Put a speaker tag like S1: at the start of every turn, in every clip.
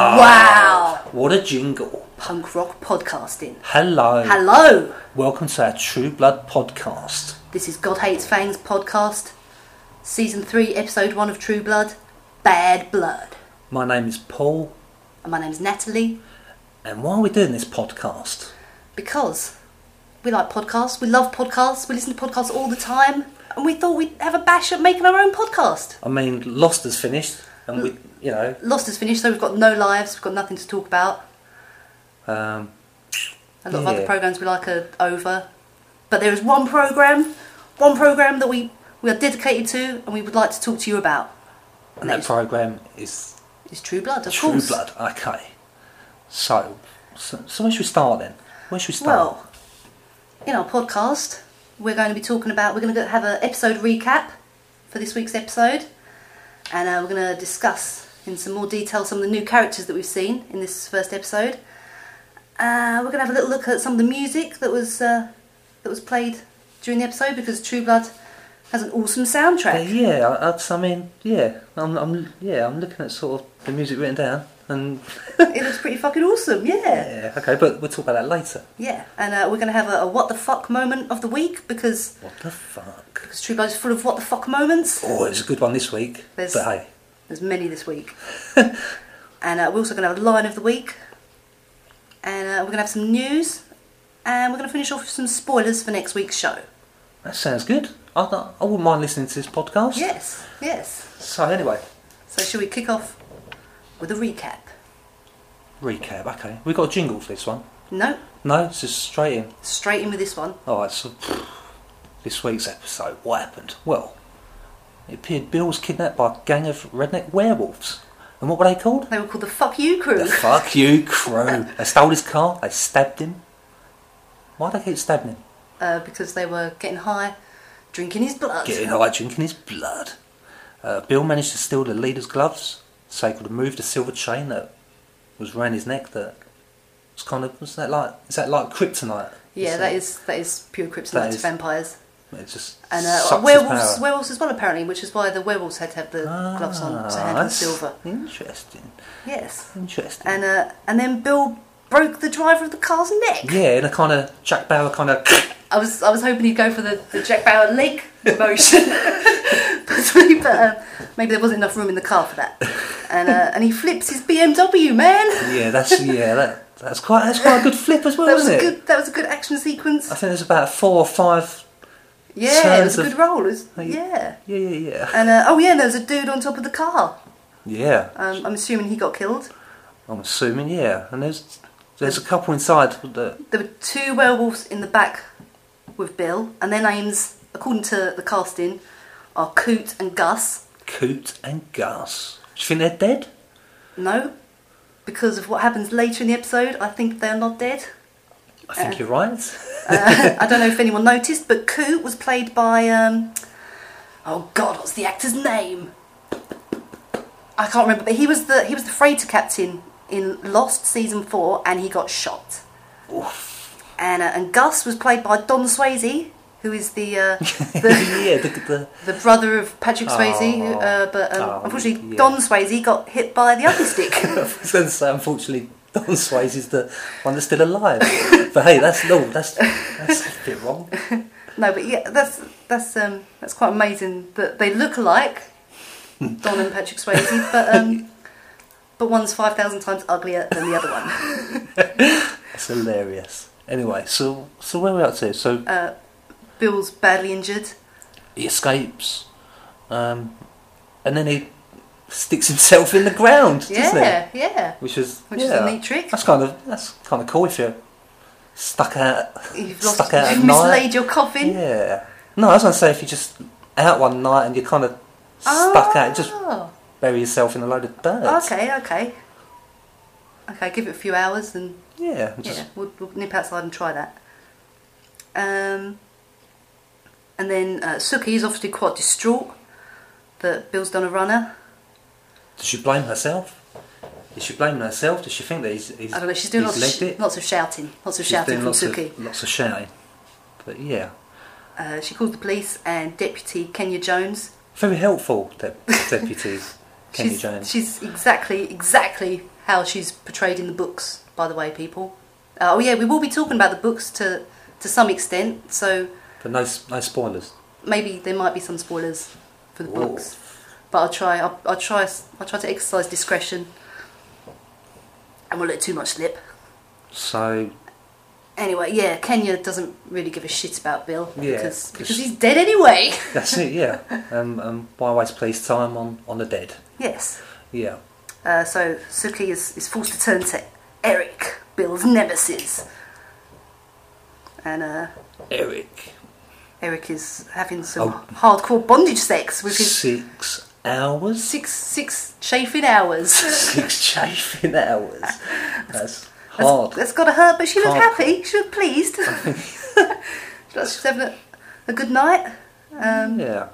S1: Wow.
S2: What a jingle.
S1: Punk rock podcasting.
S2: Hello.
S1: Hello.
S2: Welcome to our True Blood podcast.
S1: This is God Hates Fangs podcast, season three, episode one of True Blood, Bad Blood.
S2: My name is Paul,
S1: And my name's Natalie
S2: and why are we doing this podcast?
S1: because we like podcasts, we love podcasts, we listen to podcasts all the time, and we thought we'd have a bash at making our own podcast.
S2: I mean, Lost is finished, and we, you know,
S1: Lost is finished, so we've got no lives, we've got nothing to talk about.
S2: um,
S1: A lot
S2: Yeah.
S1: of other programs we like are over, but there is one program, one program that we we are dedicated to, and we would like to talk to you about.
S2: and that
S1: Nice.
S2: program is
S1: It's True Blood, of
S2: True
S1: course.
S2: Blood. Okay. So, so, so where should we start then? Where should we start?
S1: Well, in our podcast, we're going to be talking about. We're going to have an episode recap for this week's episode, and uh, we're going to discuss in some more detail some of the new characters that we've seen in this first episode. Uh, we're going to have a little look at some of the music that was uh, that was played during the episode because True Blood has an awesome
S2: Uh,
S1: soundtrack.
S2: yeah, I, I, I mean, yeah, I'm, I'm, yeah, I'm looking at sort of the music written down, and
S1: it looks pretty fucking awesome, yeah.
S2: yeah, okay, but we'll talk about that later.
S1: Yeah, and uh, we're going to have a, a what the fuck moment of the week because
S2: What the fuck?
S1: because True Blood is full of what the fuck moments.
S2: Oh, it was a good one this week.
S1: There's-
S2: But hey,
S1: There's many this week. and uh, we're also going to have a line of the week. And uh, we're going to have some news. And we're going to finish off with some spoilers for next week's show.
S2: that sounds good. I, I- I wouldn't mind listening to this podcast.
S1: Yes, yes.
S2: So anyway,
S1: So, shall we kick off with a recap?
S2: recap. Okay, we got a jingle for this one.
S1: No,
S2: No, it's just straight in.
S1: straight in with this one.
S2: All right. So this week's episode, what happened? Well, it appeared Bill was kidnapped by a gang of redneck werewolves. And what were they called?
S1: They were called the Fuck You Crew.
S2: The fuck you crew. They stole his car. They stabbed him. Why would they keep stabbing him?
S1: uh, because they were getting high, drinking his blood.
S2: getting high, drinking his blood. Uh, Bill managed to steal the leader's gloves, so he could remove the silver chain that was round his neck. That was kind of was that like is that like kryptonite?
S1: Yeah,
S2: Is
S1: that is that is pure kryptonite
S2: That
S1: to
S2: is-
S1: vampires.
S2: It just
S1: And uh, werewolves, werewolves as well apparently, which is why the werewolves had to have the gloves on to handle the silver.
S2: Ah, Interesting,
S1: Yes.
S2: interesting.
S1: and uh, and then Bill broke the driver of the car's neck.
S2: yeah, and a kind of Jack Bauer kind of
S1: I was I was hoping he'd go for the, the Jack Bauer leg motion, but, but uh, maybe there wasn't enough room in the car for that. And uh, and he flips his BMW, man.
S2: yeah, that's yeah that that's quite that's quite a good flip as well,
S1: That was
S2: isn't
S1: a
S2: it?
S1: good that was a good action
S2: I
S1: sequence.
S2: think there's about four or five.
S1: Yeah, it was a
S2: Turns
S1: good roll. It was,
S2: Like-
S1: yeah.
S2: Yeah, yeah, yeah,
S1: And uh, oh yeah, and there was a dude on top of the car.
S2: yeah.
S1: Um, I'm assuming he got killed.
S2: I'm assuming, yeah. And there's there's a couple inside that
S1: There were two werewolves in the back with Bill, and their names, according to the casting, are Coot and Gus.
S2: Coot and Gus. Do you think they're dead?
S1: No, because of what happens later in the episode, I think they're not dead.
S2: I think
S1: Uh.
S2: you're right.
S1: Uh, I don't know if anyone noticed, but Coot was played by. Um, oh God, what's the actor's name? I can't remember, but he was the he was the freighter captain in Lost season four, and he got shot. And uh, and Gus was played by Don Swayze, who is the uh, the,
S2: yeah, the, the,
S1: the brother of Patrick Swayze. who,
S2: Oh.
S1: uh, but um,
S2: Oh,
S1: unfortunately,
S2: yeah.
S1: Don Swayze got hit by the other stick.
S2: I was going to say, uh, unfortunately, Don Swayze is the one that's still alive. but hey, that's no, that's that's a bit wrong.
S1: No, but yeah, that's that's um, that's quite amazing that they look alike, Don and Patrick Swayze, but um, but one's five thousand times uglier than the other one.
S2: It's hilarious. Anyway, so so where are we up to? So
S1: Uh. Bill's badly injured.
S2: he escapes, um, and then he sticks himself in the ground, doesn't he?
S1: Yeah, yeah.
S2: Which is
S1: Which is a
S2: yeah,
S1: neat trick.
S2: That's kind of that's kind of cool if you're stuck out,
S1: You've lost,
S2: stuck out
S1: you've
S2: at night.
S1: mislaid your coffin.
S2: Yeah. No, I was gonna say if you just out one night and you're kind of stuck out, just
S1: Oh,
S2: bury yourself in a load of dirt.
S1: okay, okay, okay. Give it a few hours and
S2: Yeah. and Just,
S1: yeah, we'll, we'll nip outside and try that. Um, and then uh, Suki is obviously quite distraught that Bill's done a runner.
S2: Does she blame herself? Is she blaming herself? Does she think that he's? he's
S1: I don't know. She's doing
S2: he's
S1: lots of,
S2: legged
S1: sh-
S2: it?
S1: lots of shouting, lots of
S2: She's
S1: shouting
S2: doing
S1: from
S2: lots
S1: Suki.
S2: Of, lots of shouting. But yeah,
S1: Uh, she called the police and Deputy Kenya Jones.
S2: very helpful de- deputies. Kenny
S1: she's,
S2: Jones.
S1: She's exactly exactly how she's portrayed in the books. By the way, people. Uh, oh yeah, we will be talking about the books to to some extent. So
S2: But no, s- no spoilers.
S1: maybe there might be some spoilers for the
S2: Whoa.
S1: books. But I'll try. I'll, I'll try. s- I'll try to exercise discretion, and we'll let too much slip.
S2: So
S1: Anyway, yeah, Kenya doesn't really give a shit about Bill
S2: Yeah,
S1: because, because
S2: 'cause-
S1: he's dead anyway.
S2: that's it, yeah. Um, um, why waste police time on, on the dead?
S1: yes.
S2: Yeah.
S1: Uh, so Suki is, is forced to turn to Eric, Bill's nemesis. And uh,
S2: Eric.
S1: Eric is having some
S2: Oh.
S1: hardcore bondage sex with his
S2: Six hours?
S1: six six chafing hours.
S2: Six chafing hours. That's
S1: That's-
S2: hard.
S1: that's gotta hurt, but she looked
S2: Hard.
S1: happy, she looked pleased. she was having a, a good night. Um,
S2: yeah.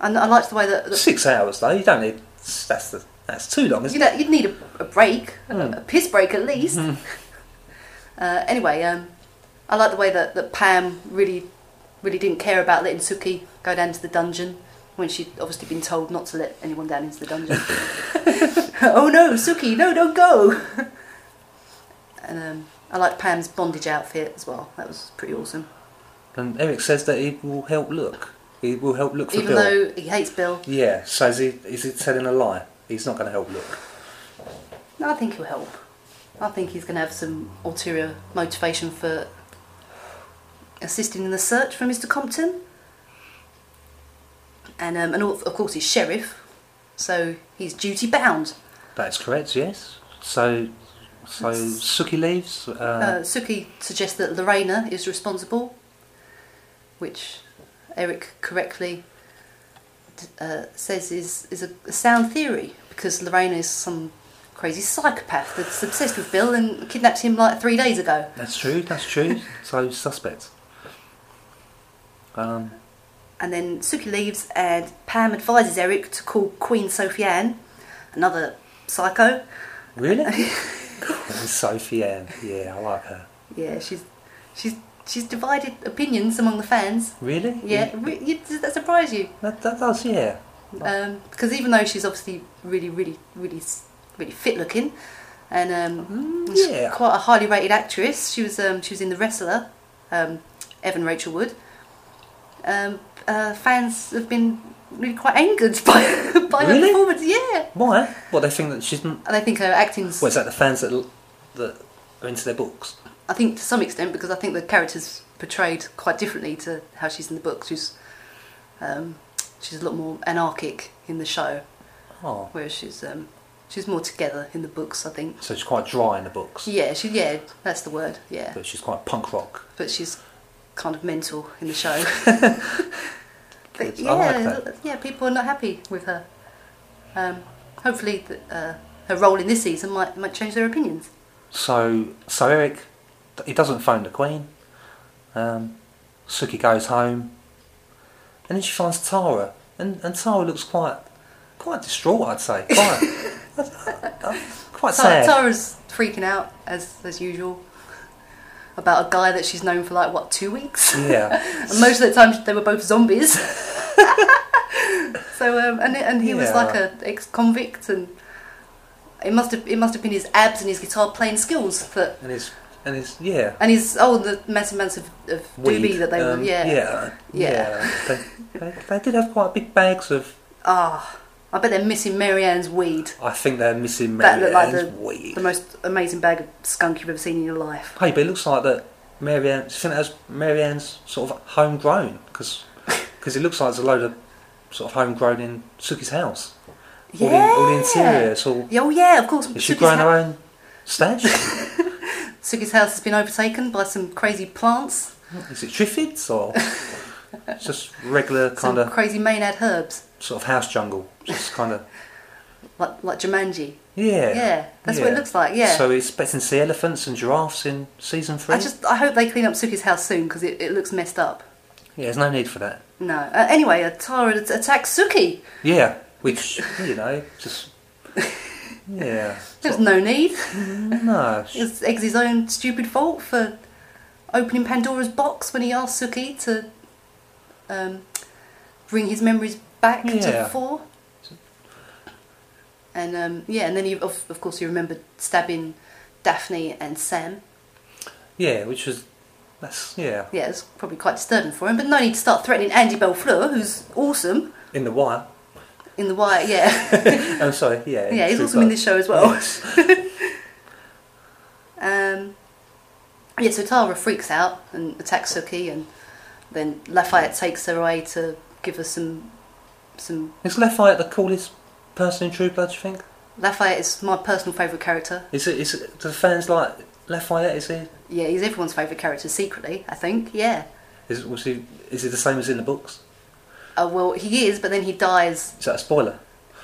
S1: and I liked the way that, that
S2: Six hours though. You don't need. That's the. That's too long,
S1: you
S2: isn't it?
S1: know, you'd need a, a break, a-
S2: Mm.
S1: a, piss break at least.
S2: Hmm.
S1: uh, anyway, um, I like the way that, that Pam really, really didn't care about letting Suki go down to the dungeon when she'd obviously been told not to let anyone down into the dungeon. oh no, Suki, no, don't go! and um, I like Pam's bondage outfit as well. That was pretty awesome.
S2: And Eric says that he will help look. He will help look for
S1: Even
S2: Bill.
S1: though he hates Bill,
S2: Yeah. So is he? Is he telling a lie? He's not going to help look.
S1: No, I think he'll help. I think he's going to have some ulterior motivation for assisting in the search for Mr. Compton. And, um, and of of course, he's sheriff, so he's duty bound.
S2: That's correct. Yes. So. So
S1: That's-
S2: Suki leaves.
S1: Uh,
S2: Uh,
S1: Suki suggests that Lorena is responsible, which Eric correctly d- uh, says is, is a, a sound theory because Lorena is some crazy psychopath that's obsessed with Bill and kidnapped him like three days ago.
S2: that's true. That's true. so suspect. Um.
S1: And then Suki leaves, and Pam advises Eric to call Queen Sophie Anne, another psycho.
S2: Really? Queen Sophie Anne. Yeah, I like her.
S1: Yeah, she's she's she's divided opinions among the fans.
S2: Really?
S1: Yeah, re- you, does that surprise you?
S2: That, that does. Yeah.
S1: Um, because even though she's obviously really, really, really, s- really fit looking, and um,
S2: Mm,
S1: she's
S2: yeah.
S1: quite a highly rated actress. She was um, she was in The Wrestler, um, Evan Rachel Wood. Um, uh, fans have been really quite angered by by her
S2: Really?
S1: performance. Yeah.
S2: Why? Well, they think that she's. n-
S1: And I think her acting's.
S2: Well, is that the fans that l- that are into their books?
S1: I think to some extent because I think the character's portrayed quite differently to how she's in the books. She's um, she's a lot more anarchic in the show,
S2: Oh,
S1: whereas she's um, she's more together in the books. I think.
S2: so she's quite dry in the books,
S1: Yeah, she yeah, that's the word. Yeah,
S2: but she's quite punk rock.
S1: but she's kind of mental in the show. but
S2: I
S1: yeah,
S2: like that.
S1: yeah, people are not happy with her. Um, hopefully, th uh, her role in this season might might change their opinions.
S2: So, so Eric, he doesn't phone the Queen. Um, Suki goes home, and then she finds Tara, and and Tara looks quite quite distraught. I'd say quite quite
S1: Tara,
S2: sad.
S1: Tara's freaking out as as usual about a guy that she's known for like what two weeks.
S2: Yeah.
S1: and most of the time they were both zombies. so um, and and he was
S2: Yeah.
S1: like a ex convict and. It must have it must have been his abs and his guitar playing skills that,
S2: And it's and it's yeah.
S1: and his oh the massive amounts of, of doobie
S2: Weed.
S1: that they
S2: Um,
S1: were yeah
S2: yeah,
S1: Yeah.
S2: yeah. they, they, they did have quite big bags of.
S1: ah I bet they're missing Marianne's weed
S2: I think they're missing
S1: That looked
S2: Mary
S1: like
S2: Ann's weed.
S1: the most amazing bag of skunk you've ever seen in your life
S2: Hey, but it looks like that Mary Ann, do you think that was Mary Ann's sort of homegrown? Because it looks like there's a load of sort of homegrown in Suki's house. All, the, all the interior, it's all.
S1: Yeah, oh yeah of course
S2: Is she
S1: Suki's
S2: growing
S1: ha-
S2: her own stash?
S1: Sugi's house has been overtaken by some crazy plants,
S2: Is it Triffids or. It's just regular kind
S1: some
S2: of
S1: crazy Maynard herbs,
S2: sort of house jungle. Just kind of.
S1: like like Jumanji.
S2: Yeah.
S1: Yeah, that's what it looks like, yeah.
S2: So we're expecting to see elephants and giraffes in season three?
S1: I just I hope they clean up Suki's house soon because it, it looks messed up.
S2: Yeah, there's no need for that.
S1: No. Uh, anyway, uh, Tara at- attacks Suki.
S2: Yeah, which, you know, just. Yeah.
S1: There's no need.
S2: No.
S1: It's Eggsy's own stupid fault for opening Pandora's box when he asked Suki to um, bring his memories back to
S2: Yeah.
S1: the fore. And um, yeah, and then you, of, of course you remember stabbing Daphne and Sam.
S2: Yeah, which was that's yeah
S1: Yeah, it's probably quite disturbing for him. But no need to start threatening Andy Belfleur, who's awesome
S2: in the wire.
S1: in the wire. Yeah,
S2: I'm sorry. Yeah.
S1: yeah, he's
S2: True
S1: awesome in
S2: Blood.
S1: this show as well.
S2: Yes.
S1: Um, yeah, so Tara freaks out and attacks Suki, and then Lafayette takes her away to give her some. Some
S2: Is Lafayette the coolest person in True Blood? Do you think?
S1: Lafayette is my personal favourite character.
S2: Is it? Is it, do the fans like Lafayette? Is he?
S1: Yeah, he's everyone's favourite character secretly. I think. Yeah.
S2: Is was he? Is he the same as in the books?
S1: Oh well, he is, but then he dies.
S2: Is that a spoiler?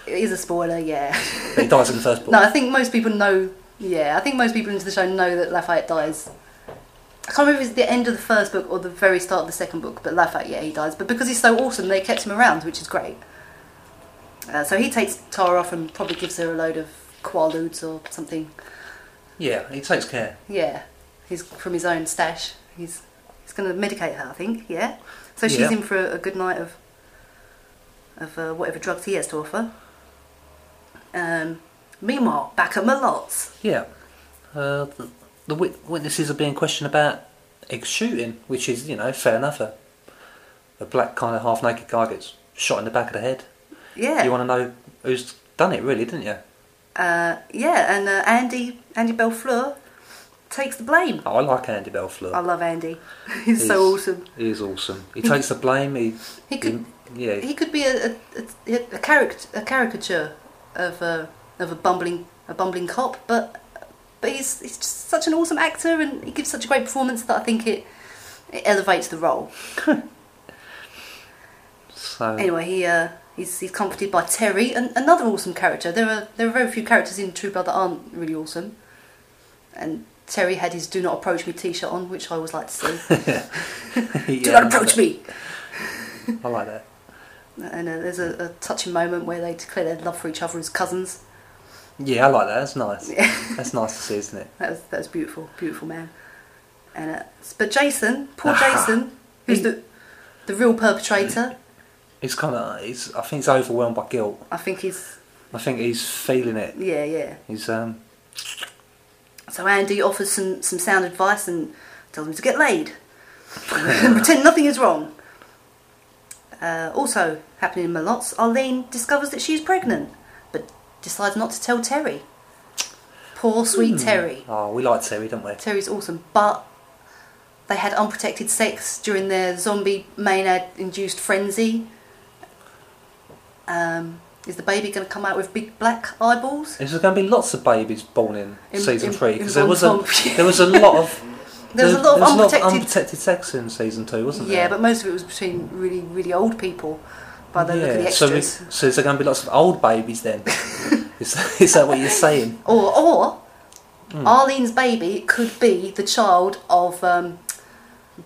S1: It is a spoiler. Yeah.
S2: But he dies in the first book.
S1: No, I think most people know. Yeah, I think most people into the show know that Lafayette dies. I can't remember if it's the end of the first book or the very start of the second book, but Lafayette, yeah, he dies. But because he's so awesome, they kept him around, which is great. Uh, so he takes Tara off and probably gives her a load of quaaludes or something.
S2: Yeah, he takes care.
S1: Yeah, he's from his own stash. He's he's going to medicate her, I think. Yeah. So she's
S2: Yeah.
S1: in for a, a good night of of uh, whatever drugs he has to offer. Um, meanwhile, back at Malotte's.
S2: Yeah. Uh, the the wit- witnesses are being questioned about egg shooting, which is, you know, fair enough. A, a black kind of half naked guy gets shot in the back of the head.
S1: Yeah.
S2: You want to know who's done it, really, didn't you?
S1: uh, yeah, and uh, Andy Andy Belfleur takes the blame.
S2: Oh, I like Andy Belfleur.
S1: I love Andy. He's, so awesome.
S2: He is awesome. He takes the blame. He,
S1: He
S2: he-
S1: could
S2: yeah.
S1: he could be a a, a, a, caric- a caricature of a of a bumbling a bumbling cop, but but he's he's just such an awesome actor, and he gives such a great performance that I think it it elevates the role.
S2: so
S1: Anyway, he uh, he's, he's comforted by Terry, an, another awesome character. There are there are very few characters in True Blood that aren't really awesome. And Terry had his "Do Not Approach Me" T-shirt on, which I always like to see. Do
S2: yeah,
S1: not approach me.
S2: I like that.
S1: And uh, there's a, a touching moment where they declare their love for each other as cousins.
S2: Yeah, I like that. That's nice.
S1: Yeah.
S2: That's nice to see, isn't it?
S1: That was that was beautiful, beautiful man. And uh, but Jason, poor
S2: Ah.
S1: Jason, who's the the real perpetrator.
S2: He's kind of. He's. I think he's overwhelmed by guilt.
S1: I think he's
S2: I think he's feeling it.
S1: yeah, yeah.
S2: He's um.
S1: So Andy offers some, some sound advice and tells him to get laid and pretend nothing is wrong. Uh, also happening in Malots, Arlene discovers that she's pregnant, but decides not to tell Terry. Poor sweet Terry.
S2: Oh, we like Terry, don't we?
S1: Terry's awesome, but they had unprotected sex during their zombie Maynard-induced frenzy. Um, is the baby going to come out with big black eyeballs?
S2: There's going to be lots of babies born in,
S1: In-
S2: season
S1: in-
S2: three
S1: in
S2: because there was a
S1: Bond Tom.
S2: there was a lot of
S1: There was a lot of
S2: there was
S1: unprotected-
S2: unprotected sex in season two, wasn't
S1: Yeah,
S2: there?
S1: but most of it was between really, really old people by the look of the
S2: so, we,
S1: extras.
S2: so is there going to be lots of old babies then? is, is that what you're saying?
S1: Or, or
S2: Hmm.
S1: Arlene's baby could be the child of um,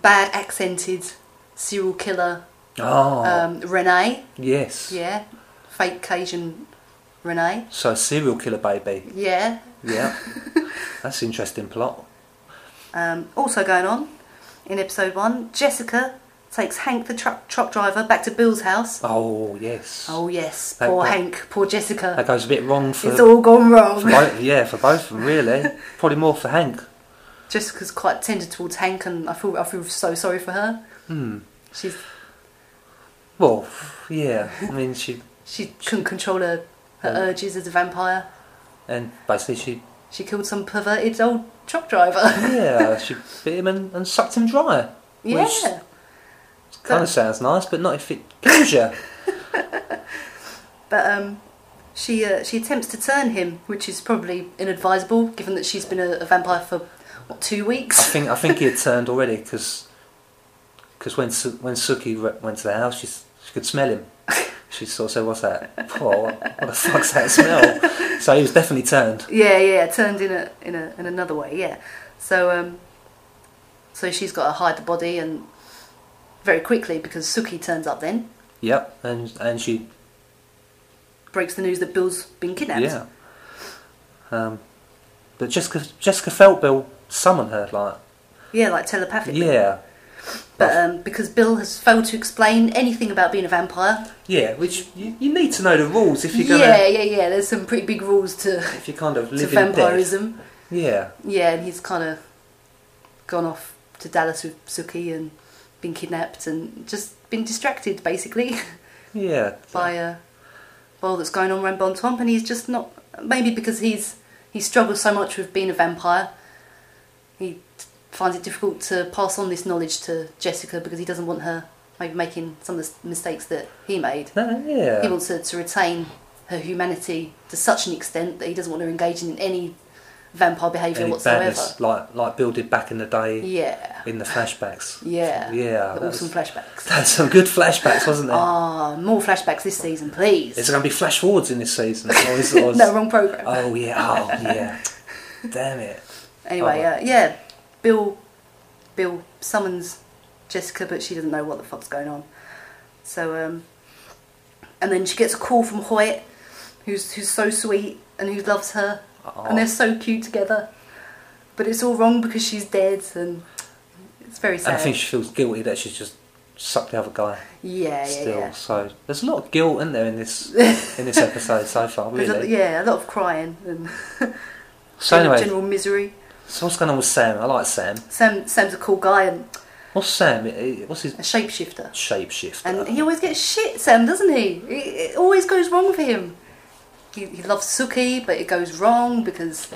S1: bad accented serial killer
S2: Oh,
S1: um, Renee.
S2: yes.
S1: Yeah, fake Cajun Renee.
S2: So a serial killer baby.
S1: Yeah.
S2: Yeah, that's an interesting plot.
S1: Um, also going on in episode one, Jessica takes Hank the truck truck driver back to Bill's house.
S2: Oh yes,
S1: Oh yes,
S2: That-
S1: poor
S2: that-
S1: Hank, poor Jessica.
S2: that goes a bit wrong for,
S1: It's all gone wrong.
S2: for both, yeah for both of them really. Probably more for Hank.
S1: Jessica's quite tender towards Hank, and I feel I feel so sorry for her. Mm. She's
S2: Well, yeah. I mean, she
S1: she couldn't control her, her urges as a vampire.
S2: and basically she
S1: She killed some perverted old truck driver.
S2: Yeah, she bit him and, and sucked him dry.
S1: yeah,
S2: kind of sounds nice, but not if it kills you.
S1: but um, she uh, she attempts to turn him, which is probably inadvisable given that she's been a, a vampire for what two
S2: I
S1: weeks.
S2: think I think he had turned already because when Su- when Suki re- went to the house, she s- she could smell him. She sort of said, "What's that? Poor, what, what the fuck's that smell?" So he was definitely turned.
S1: yeah, yeah, turned in a in a in another way. Yeah, so um, so she's got to hide the body and very quickly because Suki turns up then.
S2: Yep, and and she
S1: breaks the news that Bill's been kidnapped.
S2: yeah. Um, but Jessica Jessica felt Bill summon her like
S1: Yeah, like telepathically.
S2: yeah,
S1: But um, because Bill has failed to explain anything about being a vampire.
S2: Yeah, which you, you need to know the rules if you're gonna
S1: Yeah, yeah, yeah. There's some pretty big rules to,
S2: if you're kind of
S1: to
S2: living dead.
S1: vampirism.
S2: Yeah,
S1: Yeah, and he's kind of gone off to Dallas with Suki and been kidnapped and just been distracted basically
S2: yeah.
S1: by uh, by all that's going on around Bon Tomp, and he's just not. Maybe because he's he struggles so much with being a vampire, he finds it difficult to pass on this knowledge to Jessica because he doesn't want her maybe making some of the s- mistakes that he made.
S2: No, yeah.
S1: He wants her to retain her humanity to such an extent that he doesn't want her engaging in any vampire behaviour
S2: Any
S1: whatsoever.
S2: badness like like Bill did back in the day
S1: Yeah.
S2: in the flashbacks.
S1: Yeah.
S2: Yeah,
S1: The
S2: that
S1: awesome
S2: was-
S1: flashbacks.
S2: That's some good flashbacks, wasn't there?
S1: Ah, more flashbacks this season, please.
S2: Is there going to be flash forwards in this season? Or is, or is-
S1: no, wrong programme.
S2: Oh yeah, oh yeah. Damn it.
S1: Anyway,
S2: Oh.
S1: uh, yeah, Bill, Bill summons Jessica, but she doesn't know what the fuck's going on. So, um, and then she gets a call from Hoyt, who's who's so sweet and who loves her, and they're so cute together. But it's all wrong because she's dead, and it's very sad.
S2: And I think she feels guilty that she's just sucked the other guy
S1: yeah, yeah,
S2: still.
S1: yeah.
S2: So there's a lot of guilt in there in this in this episode so far,
S1: There's a-
S2: really.
S1: yeah, a lot of crying and
S2: So anyway,
S1: general misery.
S2: so what's going on with Sam? I like Sam.
S1: Sam, Sam's a cool guy and
S2: What's Sam? Eh, What's his
S1: a shapeshifter.
S2: shapeshifter?
S1: And he always gets shit, Sam, doesn't he? It, it always goes wrong for him. He, he loves Suki, but it goes wrong because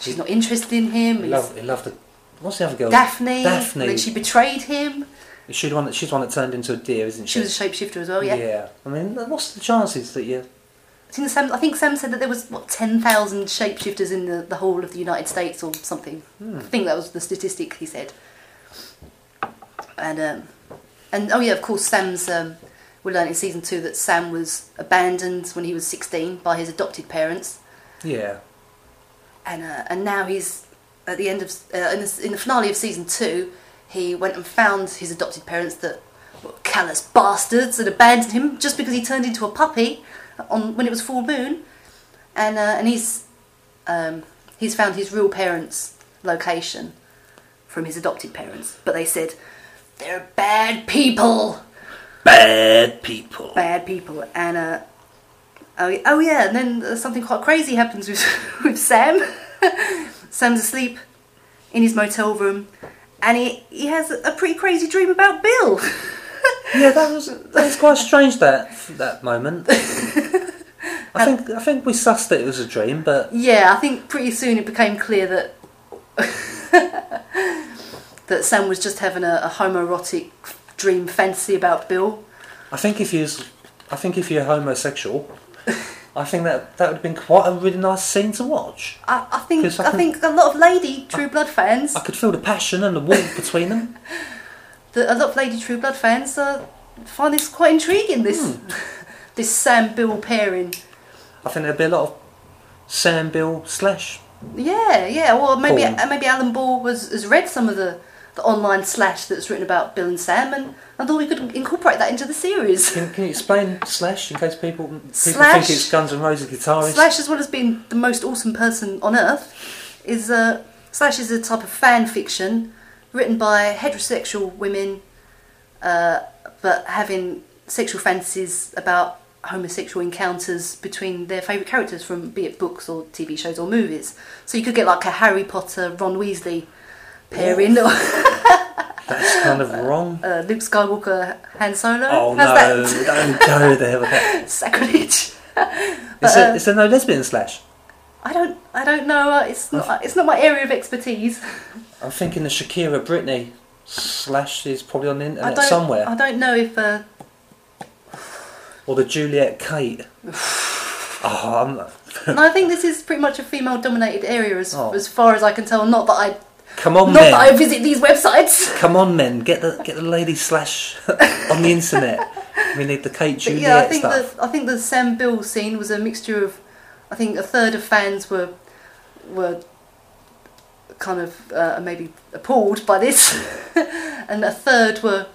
S1: she's not interested in him.
S2: he
S1: He's
S2: loved, he loved the. What's the other girl?
S1: Daphne,
S2: Daphne.
S1: and then she betrayed him.
S2: She's the one that she's the one that turned into a deer, isn't she?
S1: She was a shapeshifter as well, yeah.
S2: yeah. I mean, what's the chances that you?
S1: I, think Sam, I think Sam said that there was what ten thousand shapeshifters in the, the whole of the United States or something. I think that was the statistic he said. And um, and oh yeah, of course, Sam's. Um, we learned in season two that Sam was abandoned when he was sixteen by his adopted parents.
S2: Yeah.
S1: and uh, and now he's at the end of uh, in, the, in the finale of season two, he went and found his adopted parents that were callous bastards and abandoned him just because he turned into a puppy on when it was full moon, and uh, and he's um, he's found his real parents' location from his adopted parents, but they said they're bad people
S2: Bad people.
S1: bad people and uh, oh, oh yeah and then uh, something quite crazy happens with, with sam sam's asleep in his motel room and he, he has a pretty crazy dream about bill
S2: Yeah, that was that was quite strange. That that moment. I think I think we sussed that it was a dream, but
S1: yeah i think pretty soon it became clear that that sam was just having a, a homoerotic dream fantasy about bill
S2: I think if you was, I think if you're homosexual, I think that that would have been quite a really nice scene to watch.
S1: I, I think
S2: Yes, I
S1: I think a lot of lady True Blood fans,
S2: I could feel the passion and the warmth between them.
S1: the, a lot of Lady True Blood fans uh, find this quite intriguing. This this Sam Bill pairing.
S2: I think there'd be a lot of Sam Bill slash.
S1: Yeah, yeah. Or maybe
S2: Porn.
S1: uh, maybe Alan Ball was, has read some of the, the online slash that's written about Bill and Sam, and I thought we could incorporate that into the series.
S2: Can, can you explain slash in case people people
S1: Slash.
S2: think it's Guns N' Roses guitarist?
S1: slash, as well as being the most awesome person on earth, is uh, slash is a type of fan fiction written by heterosexual women, uh, but having sexual fantasies about homosexual encounters between their favourite characters from be it books or TV shows or movies. So you could get like a Harry Potter, Ron Weasley pairing or
S2: That's kind of wrong.
S1: uh, Luke Skywalker, Han Solo.
S2: Oh no!
S1: How's that
S2: Don't go there. With that.
S1: sacrilege?
S2: Is,
S1: But,
S2: there,
S1: uh,
S2: is there no lesbian slash?
S1: I don't, I don't know. uh, It's not, it's not my area of expertise.
S2: I'm thinking the Shakira Britney slash is probably on the
S1: I
S2: internet
S1: don't,
S2: uh, somewhere,
S1: I don't know if. Uh,
S2: or the Juliet Kate. oh, I'm not-
S1: no, I think this is pretty much a female-dominated area, as
S2: Oh.
S1: as far as I can tell. Not that I,
S2: come on,
S1: not
S2: men.
S1: that I visit these websites.
S2: Come on, men. Get the get the lady slash on the internet. We need the Kate
S1: But
S2: Juliet
S1: yeah, I think
S2: stuff.
S1: the I think the Sam Bill scene was a mixture of, I think a third of fans were, were. Kind of uh, maybe appalled by this, and a third were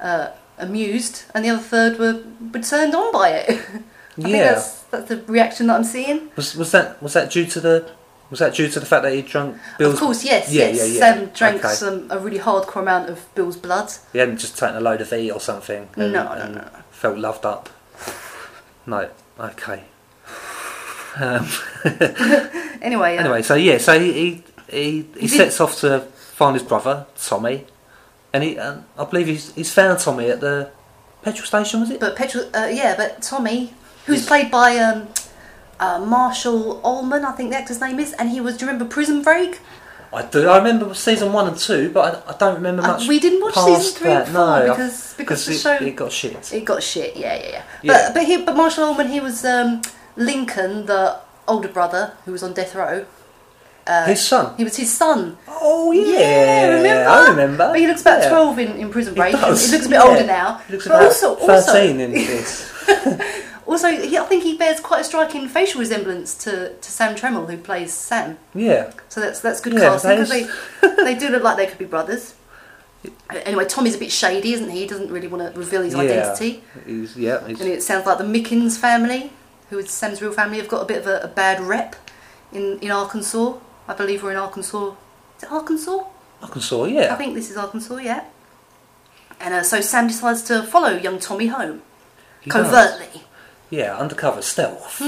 S1: uh, amused, and the other third were, were turned on by it. I think
S2: yeah,
S1: that's that's the reaction that I'm seeing.
S2: was was that was that due to the Was that due to the fact that he drunk Bill's?
S1: of course, yes,
S2: Yeah,
S1: yes.
S2: yeah, yeah.
S1: Sam drank
S2: Okay.
S1: some a really hardcore amount of Bill's blood.
S2: He hadn't just taken a load of E or something. And,
S1: No, no,
S2: and
S1: no.
S2: Felt loved up. No, okay.
S1: Anyway, uh,
S2: Anyway, so yeah, so he he, he, he
S1: did-
S2: sets off to find his brother Tommy, and he um, I believe he's he's found Tommy at the petrol station. Was it?
S1: But petrol, uh, yeah, but Tommy, who's played by um, uh, Marshall Ullman, I think the actor's name is, and he was. Do you remember Prison Break?
S2: I do. I remember season one and two, but I, I don't remember
S1: Uh,
S2: much.
S1: we didn't watch
S2: past
S1: season three
S2: that.
S1: and four
S2: no, I-
S1: because- because the
S2: it,
S1: show-
S2: it got shit.
S1: It got shit. Yeah, yeah, yeah.
S2: Yeah.
S1: But but he, but Marshall Ullman, he was um, Lincoln, the older brother who was on death row. Uh,
S2: his son.
S1: He was his son.
S2: Oh yeah,
S1: remember?
S2: I remember.
S1: But he looks about
S2: Yeah.
S1: twelve in, in Prison Break. He,
S2: does,
S1: looks a bit
S2: yeah.
S1: older now.
S2: He looks
S1: But
S2: about
S1: also, also-
S2: thirteen in this.
S1: Also, he, I think he bears quite a striking facial resemblance to, to Sam Tremble, who plays Sam.
S2: Yeah.
S1: So that's that's good
S2: Yeah,
S1: casting because
S2: that
S1: they they do look like they could be brothers. Anyway, Tommy's a bit shady, isn't he? He doesn't really want to reveal his
S2: yeah.
S1: identity,
S2: He's, yeah. He's,
S1: and it sounds like the Mickens family, who is Sam's real family, have got a bit of a, a bad rep in in Arkansas. I believe we're in Arkansas. Is it Arkansas?
S2: Arkansas. Yeah.
S1: I think this is Arkansas, yeah. And uh, so Sam decides to follow young Tommy home
S2: He does.
S1: covertly. Hmm.
S2: Yeah, undercover stealth.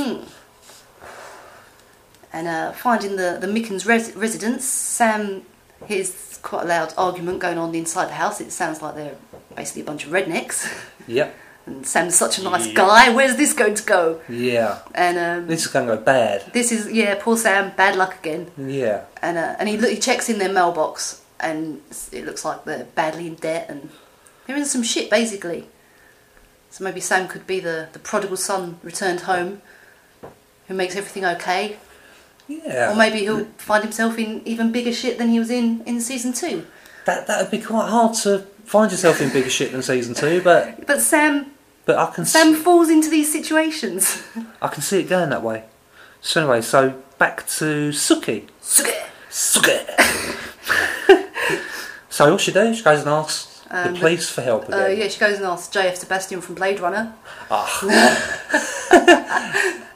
S1: And uh, finding the, the Mickens res- residence, Sam hears quite a loud argument going on inside the house. It sounds like they're basically a bunch of rednecks.
S2: Yep.
S1: And Sam's such a nice
S2: Yeah.
S1: guy. Where's this going to go?
S2: Yeah.
S1: And um,
S2: This
S1: this-,
S2: is going to go bad.
S1: is yeah, poor Sam. Bad luck again.
S2: Yeah.
S1: And uh, and he look, he checks in their mailbox, and s- it looks like they're badly in debt and they're in some shit basically. So maybe Sam could be the, the prodigal son returned home, who makes everything okay.
S2: Yeah.
S1: Or maybe he'll find himself in even bigger shit than he was in in season two.
S2: that that would be quite hard to find yourself in bigger shit than season two, but
S1: But Sam
S2: but I can
S1: Sam
S2: see,
S1: falls into these situations.
S2: I can see it going that way. So anyway, so back to Suki. Suki. so what she do? She goes and asks
S1: Um,
S2: the police for help again. Ah.
S1: Uh, yeah, she goes and asks JF Sebastian from Blade Runner,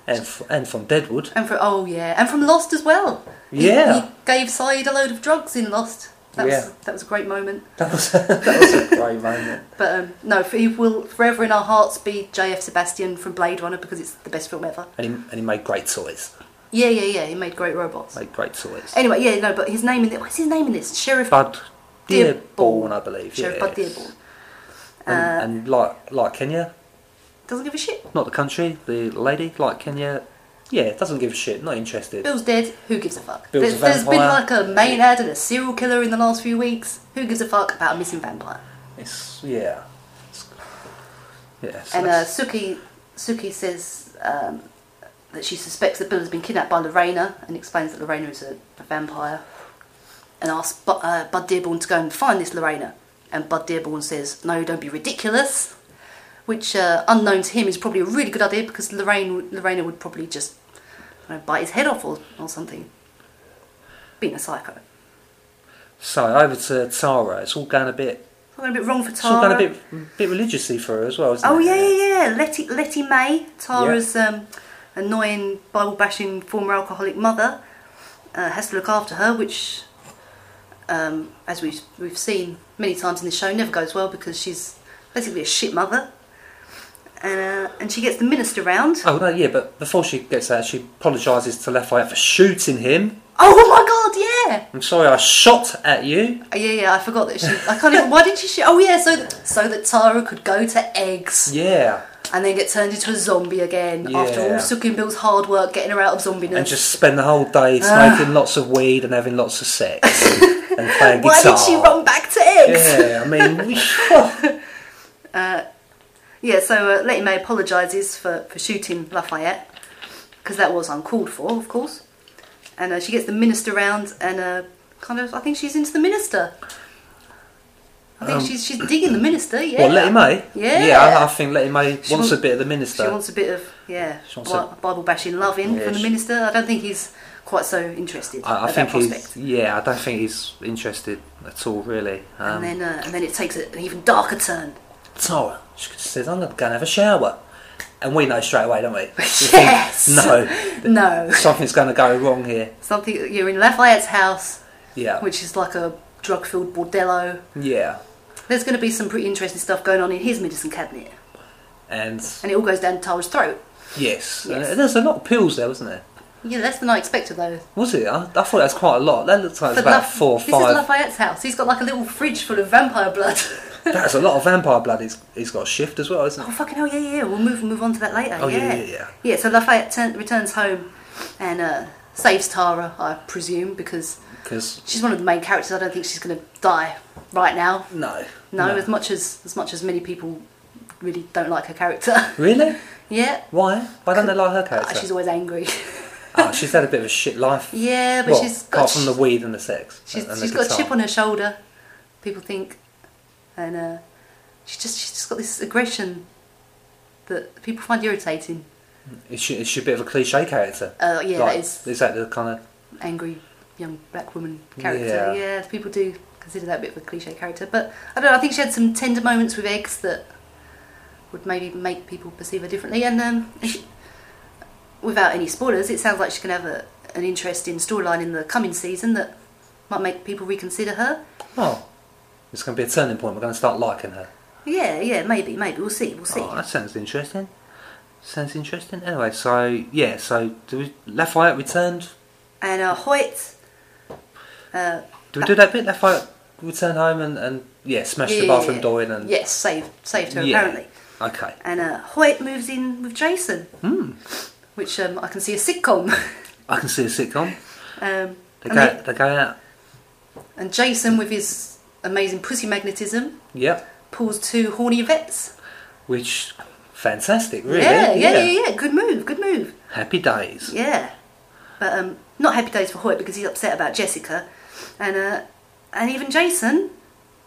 S2: And f- and from Deadwood.
S1: and from oh yeah, and from Lost as well. He-
S2: Yeah.
S1: he, gave Saeed a load of drugs in Lost. That
S2: Yeah.
S1: was that was a great moment.
S2: That was that was a great moment.
S1: But um, no, f- he will forever in our hearts be JF Sebastian from Blade Runner because it's the best film ever.
S2: And he, and he made great toys.
S1: Yeah, yeah, yeah. He made great robots.
S2: Made great toys.
S1: Anyway, yeah, no, but his name in this, what's his name in this? Sheriff
S2: Bud
S1: Dearborn.
S2: Dearborn, I believe.
S1: Sheriff
S2: yeah.
S1: Bud Dearborn. Uh,
S2: And, and like like Kenya,
S1: Doesn't give a shit.
S2: not the country, the lady, like Kenya, yeah, doesn't give a shit, not interested.
S1: Bill's dead. Who gives a fuck?
S2: Bill's a
S1: There- There's been
S2: vampire.
S1: like a main ad and a serial killer in the last few weeks. Who gives a fuck about a missing vampire?
S2: It's yeah, it's, yeah. so
S1: and uh,
S2: that's-
S1: Suki, Suki says um, that she suspects that Bill has been kidnapped by Lorena and explains that Lorena is a, a vampire and asks Bu- uh, Bud Dearborn to go and find this Lorena. And Bud Dearborn says, No, don't be ridiculous. Which, uh, unknown to him, is probably a really good idea because Lorraine, would- Lorena would probably just I don't know, bite his head off or, or something. Being a psycho.
S2: so over to Tara. It's all going a bit.
S1: It's all going a bit wrong for Tara.
S2: It's all going a bit bit religiously for her as well, isn't
S1: Oh
S2: it?
S1: yeah, yeah, yeah. Letty, Letty May, Tara's um, annoying Bible-bashing former alcoholic mother, uh, has to look after her, which, um, as we've we've seen many times in the show, never goes well because she's basically a shit mother, and uh, and she gets the minister round.
S2: Oh no, yeah. But before she gets out, she apologises to Left Eye for shooting him.
S1: Oh my God, yeah,
S2: I'm sorry, I shot at you.
S1: Oh, yeah, yeah. I forgot that she. I can't even. Why did she shoot? Oh yeah, so that, so that Tara could go to eggs
S2: Yeah,
S1: and then get turned into a zombie again after all
S2: Yeah.
S1: Suki and Bill's hard work getting her out of zombiness.
S2: and just spend the whole day
S1: Ah.
S2: smoking lots of weed and having lots of sex and playing guitar.
S1: Why did she run back to eggs?
S2: Yeah, I mean, we-
S1: Yeah, so uh, Letty May apologises for, for shooting Lafayette because that was uncalled for, of course. And uh, she gets the minister round and uh, kind of, I think she's into the minister. I think she's she's digging the minister. Yeah.
S2: Um, Well, Letty May.
S1: Yeah.
S2: Yeah, I, I think Letty May wants,
S1: wants-
S2: a bit of the
S1: She
S2: minister.
S1: wants a bit of yeah
S2: She wants a-
S1: Bible bashing love in
S2: Yeah,
S1: from the
S2: she-
S1: minister. I don't think he's quite so interested
S2: I, I
S1: at
S2: think
S1: that
S2: he's.
S1: prospect.
S2: Yeah, I don't think he's interested at all, really. Um,
S1: and then uh, and then it takes an even darker turn.
S2: Tara, she says, "I'm going to go and have a shower." And we know straight away, don't we?
S1: Yes.
S2: no,
S1: No.
S2: something's going to go wrong here.
S1: Something you're in Lafayette's house,
S2: Yeah.
S1: which is like a drug-filled bordello.
S2: Yeah.
S1: There's going to be some pretty interesting stuff going on in his medicine cabinet,
S2: And
S1: and it all goes down Tara's throat.
S2: yes,
S1: Yes.
S2: And there's a lot of pills there, wasn't there?
S1: Yeah, less than I expected though.
S2: Was it? I, I thought that was quite a lot. That looks like it's
S1: But
S2: about
S1: Laf-
S2: four or
S1: This is
S2: five.
S1: Lafayette's house. He's got like a little fridge full of vampire blood.
S2: That's a lot of vampire blood. He's, he's got a shift as well, isn't
S1: oh
S2: it?
S1: fucking hell! Yeah, yeah. We'll move move on to that later.
S2: Oh, yeah,
S1: yeah,
S2: yeah, yeah.
S1: so Lafayette turn, returns home and uh, saves Tara, I presume, because
S2: Because
S1: she's one of the main characters. I don't think she's going to die right now.
S2: no,
S1: No, as much as as much as many people really don't like her character.
S2: really?
S1: yeah.
S2: Why? Why don't they like her
S1: Ah,
S2: character?
S1: she's always angry.
S2: Ah, she's had a bit of a shit life.
S1: yeah, but
S2: Well,
S1: she's got
S2: apart from the weed and the sex.
S1: She's,
S2: and the
S1: she's got a
S2: guitar.
S1: chip on her shoulder, people think, and uh, she just she's just got this aggression that people find irritating.
S2: Is she, is she a bit of a cliche character?
S1: Uh, yeah,
S2: Like,
S1: that is
S2: Is that the kind of.
S1: angry young black woman character.
S2: Yeah.
S1: Yeah. people do consider that a bit of a cliche character, but I don't know. I think she had some tender moments with eggs that would maybe make people perceive her differently. And um, and she- without any spoilers, it sounds like she can have a, an interesting storyline in the coming season that might make people reconsider her.
S2: Oh, it's going to be a turning point. We're going to start liking her.
S1: Yeah, yeah, maybe, maybe we'll see, we'll see.
S2: Oh, that sounds interesting. Sounds interesting. Anyway, so yeah, so do we, Lafayette returned.
S1: and uh, Hoyt. Uh,
S2: Do we do that bit? Lafayette returned home and, and yeah, smashed the bathroom
S1: yeah,
S2: door in and
S1: yes, saved saved her
S2: Yeah.
S1: apparently.
S2: Okay.
S1: And uh, Hoyt moves in with Jason,
S2: Hmm.
S1: which um, I can see a sitcom.
S2: I can see a sitcom.
S1: um,
S2: They
S1: and,
S2: go,
S1: they-
S2: they go out.
S1: and Jason with his amazing pussy magnetism
S2: Yep.
S1: pulls two horny vets.
S2: Which fantastic, really.
S1: Yeah, yeah, yeah, yeah, Good move, good move.
S2: Happy days.
S1: Yeah, but um, not happy days for Hoyt because he's upset about Jessica, and uh, and even Jason,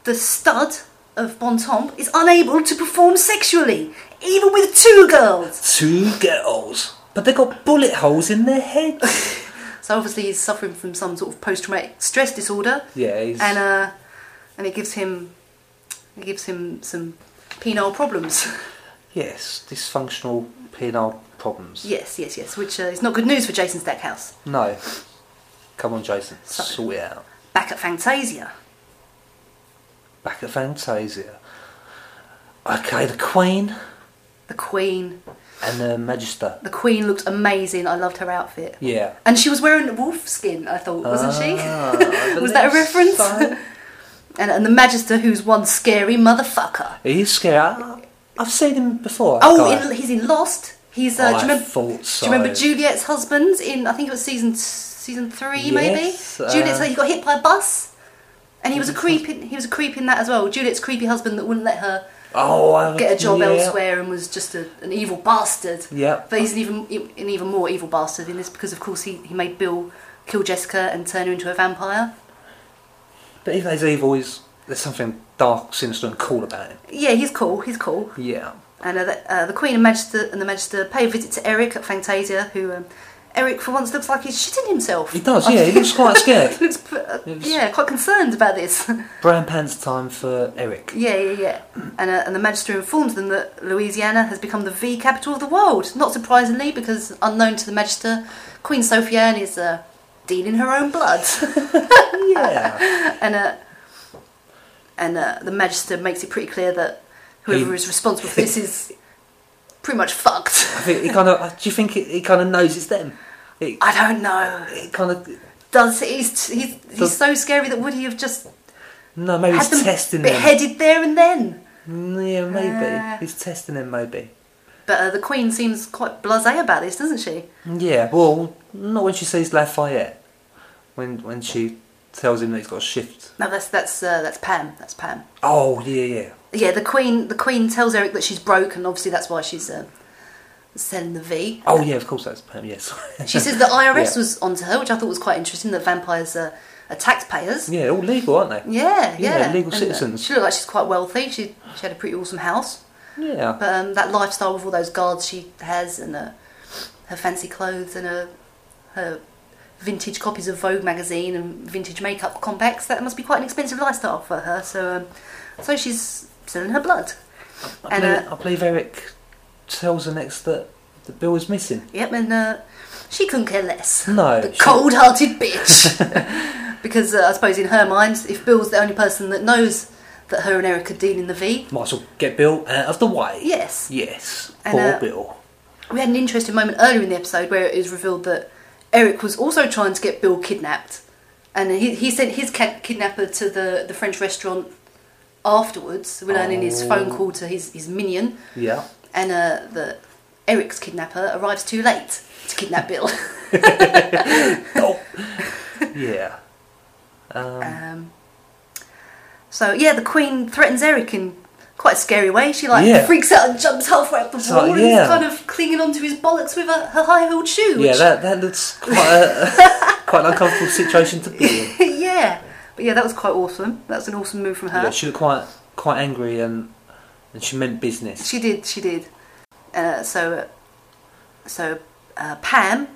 S1: the stud of Bon Temps, is unable to perform sexually, even with two girls.
S2: Two girls, but they got bullet holes in their heads.
S1: So obviously he's suffering from some sort of post-traumatic stress disorder,
S2: yeah. He's,
S1: and uh, and it gives him it gives him some penile problems.
S2: yes, dysfunctional penile problems.
S1: yes, yes, yes. Which uh, is not good news for Jason Stackhouse.
S2: No. Come on, Jason.
S1: Sorry.
S2: Sort it out.
S1: Back at Fantasia,
S2: Back at Fantasia. Okay, the Queen
S1: the Queen.
S2: and the Magister.
S1: The Queen looked amazing. I loved her outfit.
S2: Yeah.
S1: And she was wearing wolf skin, I thought, wasn't
S2: Ah,
S1: she? was that a
S2: believe
S1: reference?
S2: so.
S1: and, and the Magister, who's one scary motherfucker.
S2: He's scary. I, I've seen him before. that
S1: Oh,
S2: guy. Oh,
S1: in, he's in Lost. He's. Uh, do,
S2: I
S1: you remember,
S2: thought
S1: do you remember
S2: so.
S1: Juliet's husband in? I think it was season season three, maybe.
S2: Yes, uh,
S1: Juliet's. He got hit by a bus, and he was a creep. In, he was a creep in that as well. Juliet's creepy husband that wouldn't let her
S2: Oh, I,
S1: get a job
S2: yeah.
S1: elsewhere and was just a, an evil bastard.
S2: Yeah.
S1: But he's an even e, an even more evil bastard in this because, of course, he, he made Bill kill Jessica and turn her into a vampire.
S2: But even though he's evil, he's, there's something dark, sinister, and cool about him.
S1: Yeah, he's cool. He's cool.
S2: Yeah.
S1: And uh, the, uh, the Queen and Magister and the Magister pay a visit to Eric at Fantasia, who um, Eric for once looks like he's shitting himself.
S2: He does, yeah. He looks quite scared.
S1: looks, p- uh,
S2: He was-
S1: yeah, quite concerned about this.
S2: Brown pants time for Eric.
S1: yeah, yeah, yeah. And, uh, and the Magister informs them that Louisiana has become the V capital of the world. Not surprisingly, because unknown to the Magister, Queen Sophia is uh, dealing her own blood.
S2: Yeah.
S1: and uh, and uh, the Magister makes it pretty clear that whoever
S2: He-
S1: is responsible for this is pretty much fucked.
S2: I think he kind of. Do you think he, he kind of knows it's them? He,
S1: I don't know.
S2: he kind of.
S1: does he's he's, he's so scary that would he have just
S2: No, maybe
S1: had
S2: he's
S1: them
S2: testing them.
S1: beheaded there and then?
S2: Mm, Yeah, maybe
S1: Uh.
S2: he's testing them. Maybe.
S1: But uh, the queen seems quite blasé about this, doesn't she?
S2: Yeah. Well, not when she sees Lafayette. When when she tells him that he's got a shift.
S1: No, that's that's uh, that's Pam. That's Pam.
S2: Oh yeah, yeah.
S1: Yeah, the queen the queen tells Eric that she's broke, and obviously that's why she's uh, selling the V.
S2: Oh yeah, of course that's Pam. Yes.
S1: She says the IRS
S2: Yeah.
S1: was onto her, which I thought was quite interesting. That vampires uh, are taxpayers.
S2: Yeah, they're all legal, aren't they?
S1: Yeah,
S2: Yeah,
S1: yeah.
S2: legal
S1: uh,
S2: citizens.
S1: she looked like she's quite wealthy. She she had a pretty awesome house.
S2: Yeah.
S1: But um, that lifestyle with all those guards she has and uh, her fancy clothes and her, her vintage copies of Vogue magazine and vintage makeup compacts, that must be quite an expensive lifestyle for her. So, um, so she's selling her blood.
S2: I
S1: and,
S2: believe,
S1: uh,
S2: I believe Eric tells the next that, that Bill is missing.
S1: Yep, and uh, she couldn't care less.
S2: No,
S1: The
S2: she-
S1: cold hearted bitch! because uh, I suppose in her mind, if Bill's the only person that knows that her and Eric are dealing the V,
S2: Might as well get Bill out of the way.
S1: yes.
S2: Yes,
S1: And,
S2: poor
S1: uh,
S2: Bill.
S1: We had an interesting moment earlier in the episode where it was revealed that Eric was also trying to get Bill kidnapped. And he, he sent his ca- kidnapper to the, the French restaurant afterwards. We learn in his
S2: Oh.
S1: phone call to his, his minion.
S2: Yeah.
S1: and uh, the Eric's kidnapper arrives too late to kidnap Bill.
S2: Oh. yeah.
S1: um, so yeah, the Queen threatens Eric in quite a scary way. She like
S2: Yeah.
S1: freaks out and jumps halfway up the
S2: So,
S1: wall and
S2: yeah.
S1: is kind of clinging onto his bollocks with her, her high-heeled shoe.
S2: Yeah,
S1: which-
S2: that, that looks quite, a, quite an uncomfortable situation to be in.
S1: yeah. But yeah, that was quite awesome. That was an awesome move from her.
S2: Yeah, she looked quite quite angry and and she meant business.
S1: She did. She did. Uh, so, so uh, Pam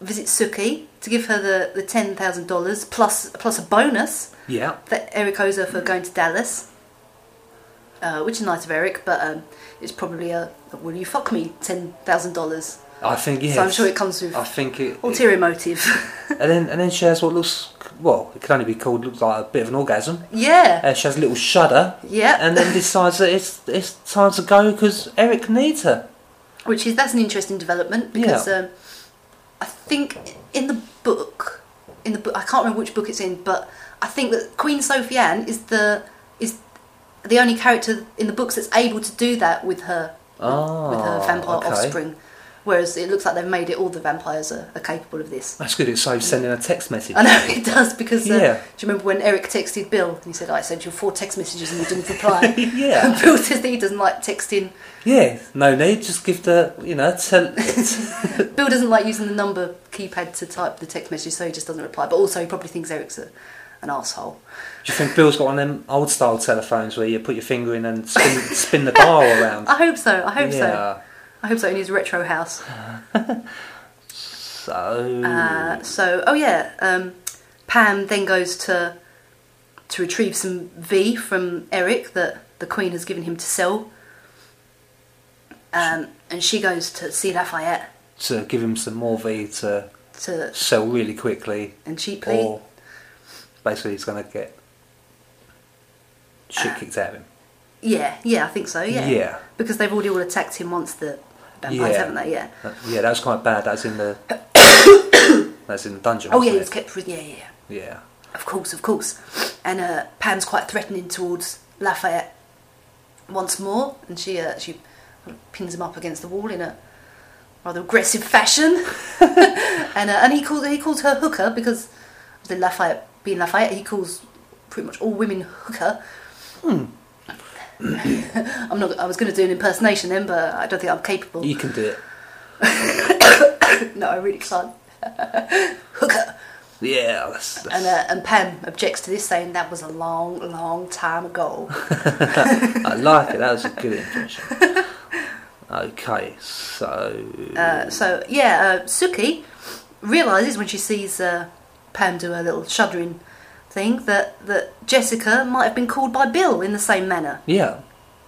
S1: visits Suki to give her the the ten thousand dollars plus plus a bonus.
S2: Yeah.
S1: that Eric owes her for going to Dallas, uh, which is nice of Eric, but um, it's probably a will you fuck me ten thousand dollars.
S2: I think yes. Oh,
S1: So I'm sure it comes with
S2: I think it, it
S1: ulterior motive.
S2: and then and then she has what looks well, it can only be called looks like a bit of an orgasm.
S1: yeah,
S2: And she has a little shudder
S1: yeah.
S2: Uh, and then decides that it's it's time to go because Eric needs her.
S1: which is that's an interesting development because
S2: Yeah.
S1: um, I think in the book, in the book, I can't remember which book it's in, but I think that Queen Sophie Anne is the is the only character in the books that's able to do that with her with her
S2: Ah,
S1: vampire
S2: okay.
S1: offspring. Whereas it looks like they've made it all the vampires are, are capable of this.
S2: That's good. It saves sending a text message.
S1: I know it does because uh,
S2: Yeah.
S1: do you remember when Eric texted Bill and he said, "I sent you four text messages and you didn't reply."
S2: yeah.
S1: and Bill says that he doesn't like texting.
S2: Yeah. No need. Just give the you know tell.
S1: Bill doesn't like using the number keypad to type the text message, so he just doesn't reply. But also, he probably thinks Eric's a, an asshole.
S2: Do you think Bill's got one of them old style telephones where you put your finger in and spin, spin the dial around?
S1: I hope so. I hope so.
S2: yeah.
S1: I hope so in his retro house.
S2: So.
S1: Uh, so, oh yeah, um, Pam then goes to to retrieve some V from Eric that the Queen has given him to sell. Um, and she goes to see Lafayette
S2: to give him some more V to
S1: to
S2: sell really quickly,
S1: and cheaply.
S2: or basically he's going to get
S1: Uh.
S2: shit kicked out of him.
S1: Yeah, yeah, I think so. Yeah,
S2: Yeah.
S1: because they've already all attacked him once the vampires,
S2: Yeah.
S1: haven't they? Yeah.
S2: That- Uh, yeah, that was quite bad. That's in the that's in the dungeon.
S1: Oh
S2: wasn't
S1: yeah, he
S2: it?
S1: was kept. pri- Yeah, yeah, yeah.
S2: yeah.
S1: Of course, of course. And uh, Pam's quite threatening towards Lafayette once more, and she uh, she pins him up against the wall in a rather aggressive fashion. and uh, and he calls he calls her hooker because the Lafayette being Lafayette, he calls pretty much all women hooker. I'm not. I was going to do an impersonation then, but I don't think I'm capable.
S2: You can do it.
S1: No, I really can't. hooker.
S2: Yeah, that's, that's,
S1: And, uh, and Pam objects to this, saying that was a long, long time ago.
S2: I like it. That was a good impression. okay, so
S1: Uh, so yeah, uh, Suki realizes when she sees uh, Pam do her little shuddering thing that that Jessica might have been called by Bill in the same manner.
S2: yeah,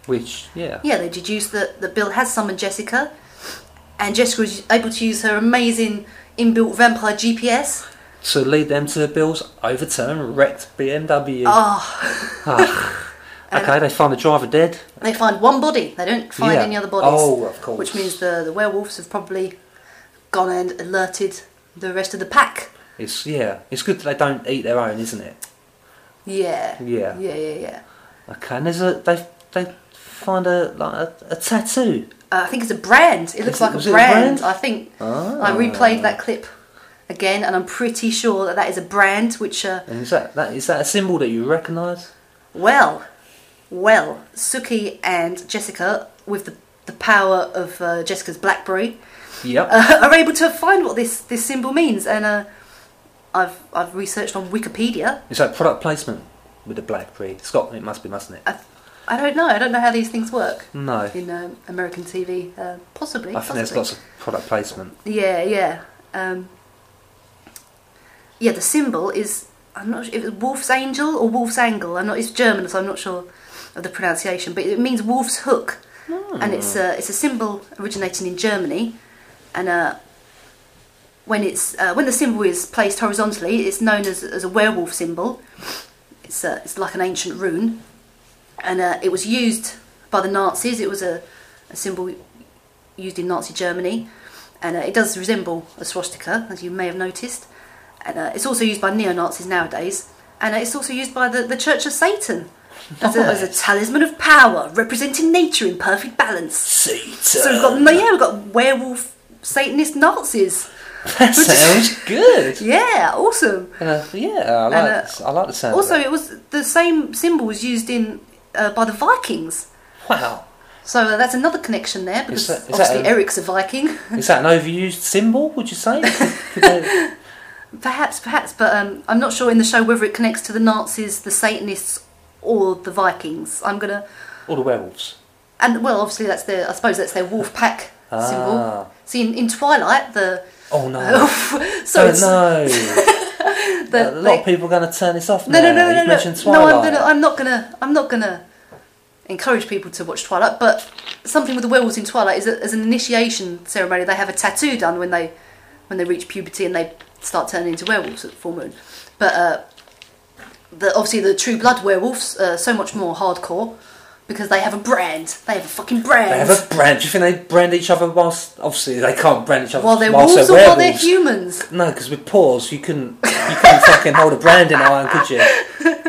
S2: which yeah,
S1: Yeah, they deduce that, that Bill has summoned Jessica, and Jessica was able to use her amazing inbuilt vampire GPS.
S2: to lead them to Bill's overturned wrecked BMW.
S1: Ah,
S2: Uh, okay, they find the driver dead.
S1: they find one body. They don't find
S2: Yeah.
S1: any other bodies.
S2: Oh, of course.
S1: Which means the the werewolves have probably gone and alerted the rest of the pack.
S2: It's yeah. It's good that they don't eat their own, isn't it?
S1: Yeah.
S2: Yeah.
S1: Yeah. Yeah. Yeah.
S2: Okay, and there's a they they find a like a, a tattoo.
S1: Uh, I think it's a brand. It
S2: Is
S1: looks
S2: it-
S1: like a
S2: was it a
S1: brand.
S2: brand?
S1: I think
S2: Ah.
S1: I replayed that clip again, and I'm pretty sure that that is a brand. Which, uh,
S2: And is that that is that a symbol that you recognise?
S1: well, well, Suki and Jessica, with the, the power of uh, Jessica's BlackBerry,
S2: Yep.
S1: uh, are able to find what this, this symbol means. And uh, I've I've researched on Wikipedia.
S2: it's like product placement with the blackberry. It's got it must be, mustn't it?
S1: I, I don't know. I don't know how these things work
S2: No, I think
S1: in um, American TV. Uh, possibly.
S2: there's
S1: possibly.
S2: lots of product placement.
S1: Yeah, yeah. Um, yeah, the symbol is I'm not sure if it's Wolf's Angel or Wolf's Angle. I'm not. It's German, so I'm not sure of the pronunciation, but it means Wolf's Hook, and
S2: Hmm.
S1: it's a it's a symbol originating in Germany, and uh, when it's uh, when the symbol is placed horizontally, it's known as as a werewolf symbol. It's uh, it's like an ancient rune, and uh, it was used by the Nazis. It was a, a symbol used in Nazi Germany, and uh, it does resemble a swastika, as you may have noticed. And uh, it's also used by neo Nazis nowadays, and uh, it's also used by the, the Church of Satan as, a, as a
S2: Nice.
S1: talisman of power, representing nature in perfect balance.
S2: Satan.
S1: So we've got no, yeah, we've got werewolf, Satanist Nazis.
S2: that sounds good.
S1: Yeah, awesome.
S2: And, uh, yeah, I like.
S1: uh,
S2: this- I like the sound.
S1: Also,
S2: of it.
S1: it was the same symbol was used in uh, by the Vikings.
S2: wow,
S1: So uh, that's another connection there because
S2: that- is that
S1: obviously
S2: a-
S1: Eric's a Viking.
S2: is that an overused symbol? Would you say? Could they-
S1: Perhaps, perhaps, but um, I'm not sure in the show whether it connects to the Nazis, the Satanists, or the Vikings. I'm gonna,
S2: All the werewolves.
S1: and well, obviously that's their, I suppose that's their wolf pack
S2: Ah.
S1: symbol. See, in, in Twilight, the
S2: Oh no!
S1: so it's
S2: no,
S1: the,
S2: a lot
S1: they-
S2: of people are going to turn this off
S1: no,
S2: now.
S1: no, no, no,
S2: You've
S1: no,
S2: mentioned
S1: no,
S2: Twilight.
S1: I'm gonna, I'm not gonna, I'm not gonna encourage people to watch Twilight. But something with the werewolves in Twilight is that as an initiation ceremony, they have a tattoo done when they, when they reach puberty and they start turning into werewolves at the full moon. But uh, the obviously the True Blood werewolves are so much more hardcore because they have a brand. They have a fucking brand.
S2: They have a brand. Do you think they brand each other whilst? Obviously, they can't brand each other
S1: while they're
S2: whilst
S1: wolves or
S2: they're
S1: while they're
S2: werewolves.
S1: humans.
S2: No, because with paws you couldn't you couldn't fucking hold a brand in iron, could you?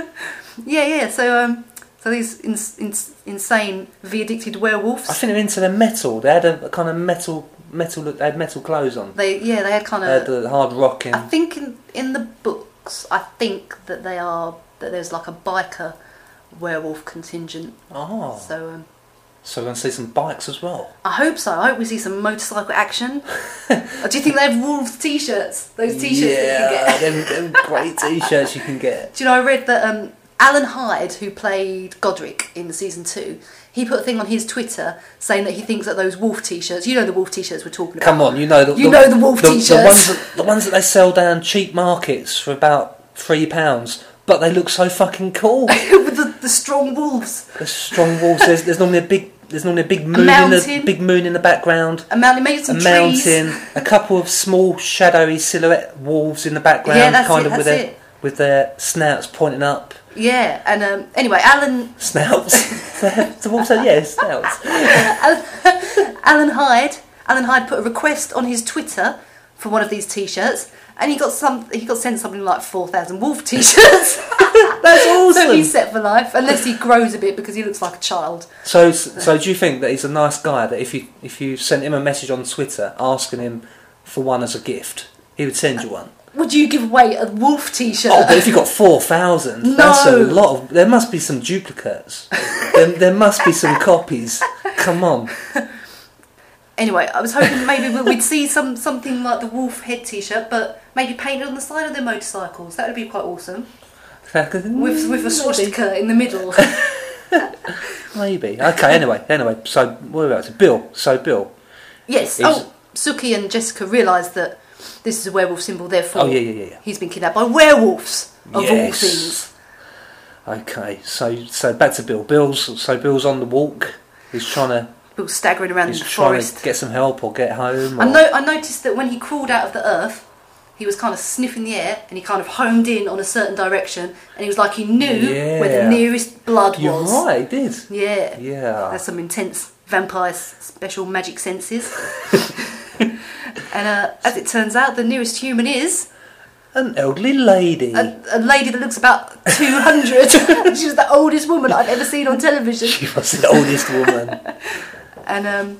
S1: Yeah, yeah. So um, so these ins- ins- insane v-addicted werewolves.
S2: I think they're into the metal. They had a, a kind of metal metal look. They had metal clothes on.
S1: They yeah they had kind
S2: They had
S1: of.
S2: the hard rock
S1: I
S2: and
S1: think in in the books, I think that they are that there's like a biker werewolf contingent.
S2: oh,
S1: So um,
S2: so we're gonna see some bikes as well.
S1: I hope so. I hope we see some motorcycle action. Or Do you think they have wolves t-shirts? Those t-shirts that you can
S2: yeah,
S1: get.
S2: them, them great t-shirts you can get.
S1: Do you know I read that um, Alan Hyde, who played Godric in season two, he put a thing on his Twitter saying that he thinks that those wolf t-shirts. You know the wolf t-shirts we're talking about.
S2: Come on, you know the
S1: You know the wolf
S2: The
S1: t-shirts.
S2: ones, that, the ones that they sell down cheap markets for about three pounds, but they look so fucking cool.
S1: with the, the strong wolves.
S2: There's strong walls. There's, there's normally a big there's normally a big moon in the
S1: mountain.
S2: big moon in the background.
S1: A mountain made of
S2: A
S1: some trees.
S2: mountain, a couple of small shadowy silhouette wolves in the background,
S1: Yeah, that's
S2: kind
S1: it,
S2: of with
S1: that's
S2: their
S1: it.
S2: with their snouts pointing up.
S1: Yeah, and um, anyway, Alan
S2: Snouts. the wolves said, "Yeah, snouts."
S1: Alan Hyde. Alan Hyde put a request on his Twitter for one of these T-shirts, and he got some. He got sent something like four thousand wolf T-shirts.
S2: That's
S1: so
S2: awesome.
S1: he's set for life, unless he grows a bit because he looks like a child.
S2: So, so do you think that he's a nice guy? That if you if you sent him a message on Twitter asking him for one as a gift, he would send you one.
S1: Would you give away a wolf T-shirt?
S2: Oh, but if you got four thousand,
S1: No.
S2: that's a lot. Of, there must be some duplicates. there, there must be some copies. Come on,
S1: Anyway, I was hoping maybe we- we'd see some something like the wolf head T-shirt, but maybe painted on the side of their motorcycles. That would be quite awesome. With with a swastika in the middle.
S2: maybe. Okay. Anyway, anyway. So what about it? Bill? So Bill.
S1: Yes.
S2: Is-
S1: oh, Suki and Jessica realise that this is a werewolf symbol, therefore
S2: Oh, yeah, yeah, yeah, yeah.
S1: he's been kidnapped by werewolves, of all
S2: Yes.
S1: things.
S2: Okay. So so back to Bill. Bill's so Bill's on the walk. He's trying to
S1: People staggering around
S2: he's
S1: in the
S2: trying
S1: forest.
S2: to get some help or get home. Or,
S1: I, no- I noticed that when he crawled out of the earth, he was kind of sniffing the air and he kind of homed in on a certain direction and he was like he knew where
S2: Yeah.
S1: the nearest blood
S2: You're
S1: was.
S2: right. He did.
S1: Yeah.
S2: Yeah.
S1: That's some intense vampire s- special magic senses. and uh, as it turns out, the nearest human is
S2: An elderly lady.
S1: a, a lady that looks about 200. She's the oldest woman I've ever seen on television.
S2: she was the oldest woman.
S1: And um,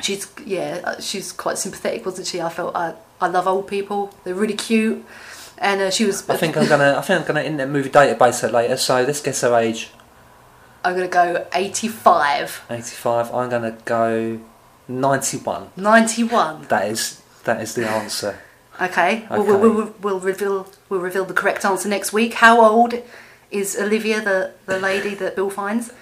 S1: she's, yeah, uh, she's quite sympathetic, wasn't she? I felt I, I love old people, they're really cute. And uh, she was,
S2: I think I'm gonna. I think I'm gonna internet movie database her later. So let's guess her age.
S1: I'm going to go 85,
S2: 85. I'm gonna go 91.
S1: 91.
S2: That is that is the answer.
S1: Okay, We'll,
S2: Okay.
S1: we'll, we'll, we'll, reveal, we'll reveal the correct answer next week. How old is Olivia, the, the lady that Bill finds?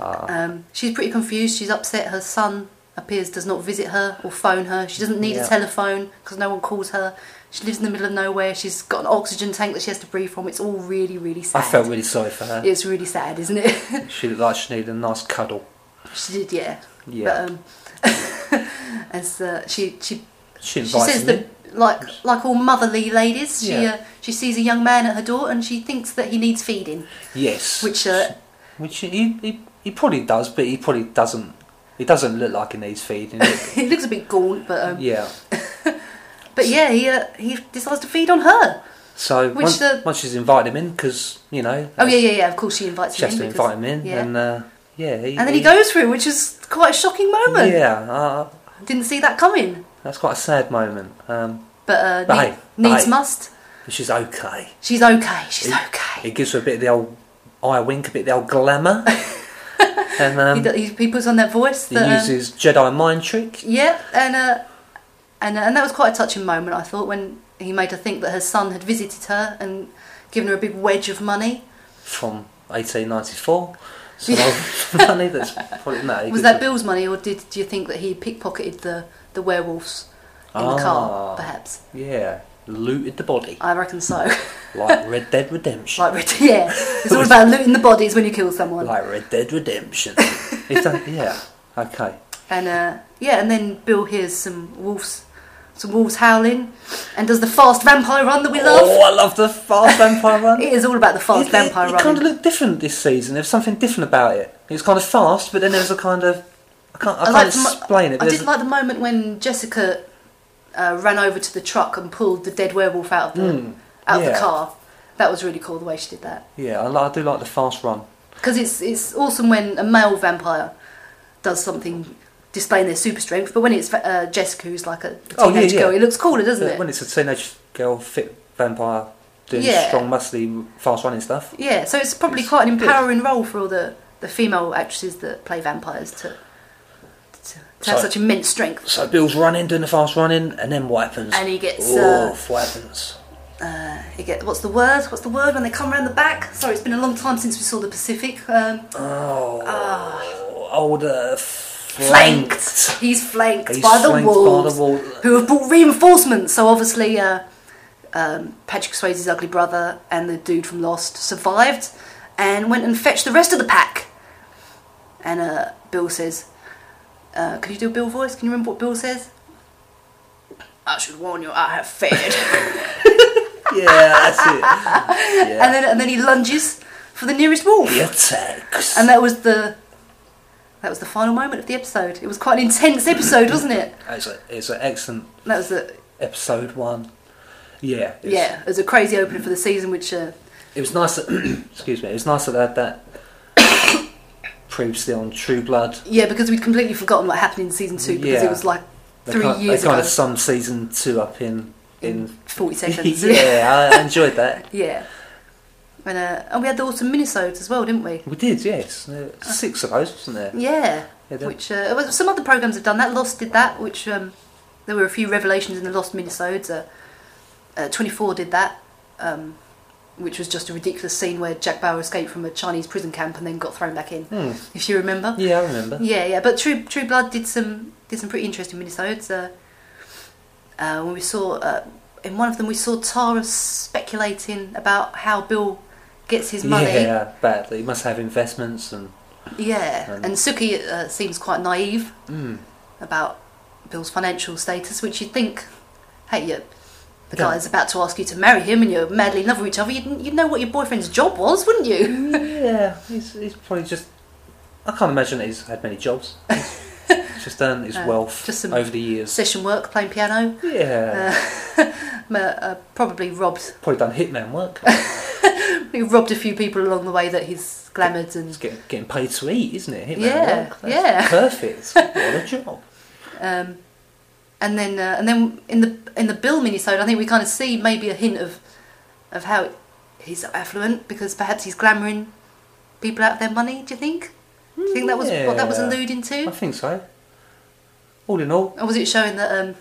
S2: Ah.
S1: Um, she's pretty confused. She's upset. Her son appears does not visit her or phone her. She doesn't need
S2: Yeah.
S1: a telephone because no one calls her. She lives in the middle of nowhere. She's got an oxygen tank that she has to breathe from. It's all really, really sad.
S2: I felt really sorry for her.
S1: It's really sad, isn't it?
S2: She looked like she needed a nice cuddle.
S1: She did, yeah. um,
S2: Yeah.
S1: But, um, as uh, she she
S2: She
S1: she
S2: invites
S1: says
S2: him in.
S1: that like like all motherly ladies, she
S2: Yeah.
S1: uh, she sees a young man at her door and she thinks that he needs feeding,
S2: Yes.
S1: which uh,
S2: Which he, he, he probably does, but he probably doesn't. He doesn't look like he needs feeding.
S1: he looks a bit gaunt, but um,
S2: yeah.
S1: but yeah, he uh, he decides to feed on her.
S2: So
S1: Which
S2: once,
S1: the-
S2: once she's invited him in, because you know.
S1: Oh yeah, yeah, yeah. Of course, she invites
S2: She
S1: him
S2: has to
S1: in.
S2: invite him in,
S1: yeah.
S2: and uh, yeah. He,
S1: and then he goes through, which is quite a shocking moment.
S2: Yeah, uh,
S1: Didn't see that coming.
S2: that's quite a sad moment. Um,
S1: But uh,
S2: But
S1: nee-
S2: hey, but
S1: needs
S2: hey.
S1: must.
S2: but she's okay.
S1: She's okay. She's
S2: He-
S1: okay.
S2: It gives her a bit of the old eye wink, a bit of the old glamour, and
S1: He,
S2: um,
S1: do- he, he puts on that voice.
S2: he
S1: That, um,
S2: uses Jedi mind trick.
S1: Yeah, and uh, and and that was quite a touching moment. I thought when he made her think that her son had visited her and given her a big wedge of money.
S2: from 1894. So I money that's probably no. it
S1: Was
S2: could
S1: that
S2: be-
S1: Bill's money, or did do you think that he pickpocketed the the werewolves in the
S2: Ah.
S1: car? Perhaps
S2: Yeah, looted the body
S1: I reckon so.
S2: like Red Dead Redemption.
S1: like Red- yeah, it's all about looting the bodies when you kill someone.
S2: Like Red Dead Redemption. It's done- yeah. Okay.
S1: And uh, yeah, and then Bill hears some wolves, some wolves howling, and does the fast vampire run that we love.
S2: Oh, I love the fast vampire run.
S1: It is all about the fast vampire
S2: Oh. it,
S1: run.
S2: kind of looked different this season. There was something different about it. It was kind of fast, but then there was a kind of I can't I, can't
S1: liked the mo-
S2: explain it.
S1: I
S2: but there's
S1: did like the moment when Jessica uh, ran over to the truck and pulled the dead werewolf out of the out of
S2: Hmm, yeah.
S1: the car. That was really cool the way she did that.
S2: a- yeah, I, li- I do like the fast run.
S1: Because it's it's awesome when a male vampire does something displaying their super strength, but when it's uh, Jessica who's like a teenage
S2: Oh, yeah, yeah.
S1: girl, it looks cooler, doesn't
S2: But
S1: it?
S2: when it's a teenage girl, fit vampire doing
S1: Yeah.
S2: strong, muscly, fast running stuff.
S1: yeah, so it's probably
S2: It's
S1: quite an
S2: good.
S1: empowering role for all the, the female actresses that play vampires to to, to have
S2: So-
S1: such immense strength.
S2: So Bill's running, doing the fast running, and then what happens?
S1: And he gets, uh,
S2: Oof, what happens?
S1: uh, you get what's the word? What's the word when they come round the back? Sorry, it's been a long time since we saw the Pacific. Um,
S2: Oh, old uh, flanked.
S1: flanked. He's flanked,
S2: He's
S1: by, the
S2: flanked by
S1: wolves,
S2: the wol-
S1: who have brought reinforcements. So obviously, uh, um, Patrick Swayze's ugly brother and the dude from Lost survived and went and fetched the rest of the pack. And uh, Bill says, uh, "Could you do a Bill voice? Can you remember what Bill says?" I should warn you, I have failed.
S2: Yeah, that's it. Yeah.
S1: and then and then he lunges for the nearest wolf.
S2: He attacks.
S1: And that was the that was the final moment of the episode. It was quite an intense episode, wasn't it?
S2: it's, a, it's an excellent
S1: That was a
S2: episode one. Yeah. It was,
S1: yeah, it was a crazy opener for the season, which uh,
S2: It was nice that, excuse me, it was nice that they had that previously on True Blood.
S1: yeah, because we'd completely forgotten what happened in season two because
S2: Yeah.
S1: it was like
S2: They
S1: three
S2: kind,
S1: years
S2: They kind
S1: ago.
S2: of summed season two up in...
S1: in
S2: in
S1: forty seconds.
S2: yeah, I enjoyed that.
S1: yeah. And, uh, and we had the autumn minisodes as well, didn't we?
S2: We did, yes. Uh, Six of those, wasn't there?
S1: Yeah.
S2: Yeah, they-
S1: which uh, well, some other programs have done that. Lost did that. Which um, there were a few revelations in the Lost minisodes. Uh, uh, Twenty Four did that, um, which was just a ridiculous scene where Jack Bauer escaped from a Chinese prison camp and then got thrown back in.
S2: Hmm.
S1: If you remember.
S2: Yeah, I remember.
S1: Yeah, yeah. But True True Blood did some did some pretty interesting minisodes. Uh, uh, when we saw uh, in one of them, we saw Tara speculating about how Bill gets his money.
S2: Yeah, badly. He must have investments and.
S1: Yeah,
S2: Um,
S1: and Suki uh, seems quite naive
S2: Mm.
S1: about Bill's financial status, which you'd think, hey, you, the
S2: Yeah.
S1: guy's about to ask you to marry him and you're madly in love with each other, you'd, you'd know what your boyfriend's job was, wouldn't
S2: Mm.
S1: you?
S2: Yeah, he's, he's probably just. I can't imagine that he's had many jobs. He's just earned his
S1: Uh,
S2: wealth
S1: just some- Uh,
S2: over the years.
S1: Session work, playing piano,
S2: Yeah,
S1: m- uh, probably robbed
S2: probably done hitman work.
S1: probably robbed a few people along the way that he's glamoured
S2: He's
S1: and.
S2: get, getting paid to eat, isn't it? Hitman
S1: Yeah,
S2: work. That's
S1: yeah.
S2: Perfect. What a job.
S1: Um, and then, uh, and then in the in the Bill minisode, I think we kind of see maybe a hint of of how he's affluent because perhaps he's glamouring people out of their money. Do you think? Do you think that was what that was
S2: Yeah.
S1: alluding
S2: I
S1: to,
S2: think so. All in all,
S1: or was it showing that um,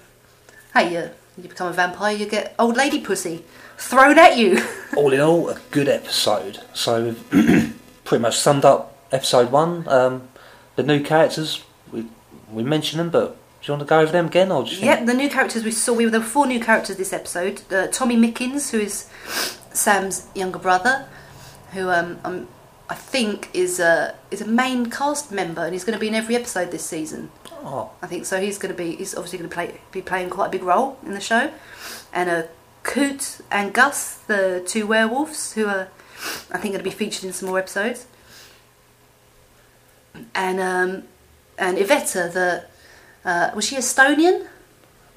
S1: hey, you you become a vampire, you get old lady pussy thrown at you?
S2: all in all, a good episode. So we've pretty much summed up episode one. Um, the new characters, we we mentioned them, but do you want to go over them again, or just
S1: Yep, the new characters we saw. We there were four new characters this episode. Uh, Tommy Mickens, who is Sam's younger brother, who um, I'm I think, is a is a main cast member, and he's going to be in every episode this season.
S2: Oh,
S1: I think so. He's going to be. He's obviously going to play be playing quite a big role in the show, and uh, Coot and Gus, the two werewolves, who are I think going to be featured in some more episodes, and um, and Iveta, the uh, was she Estonian?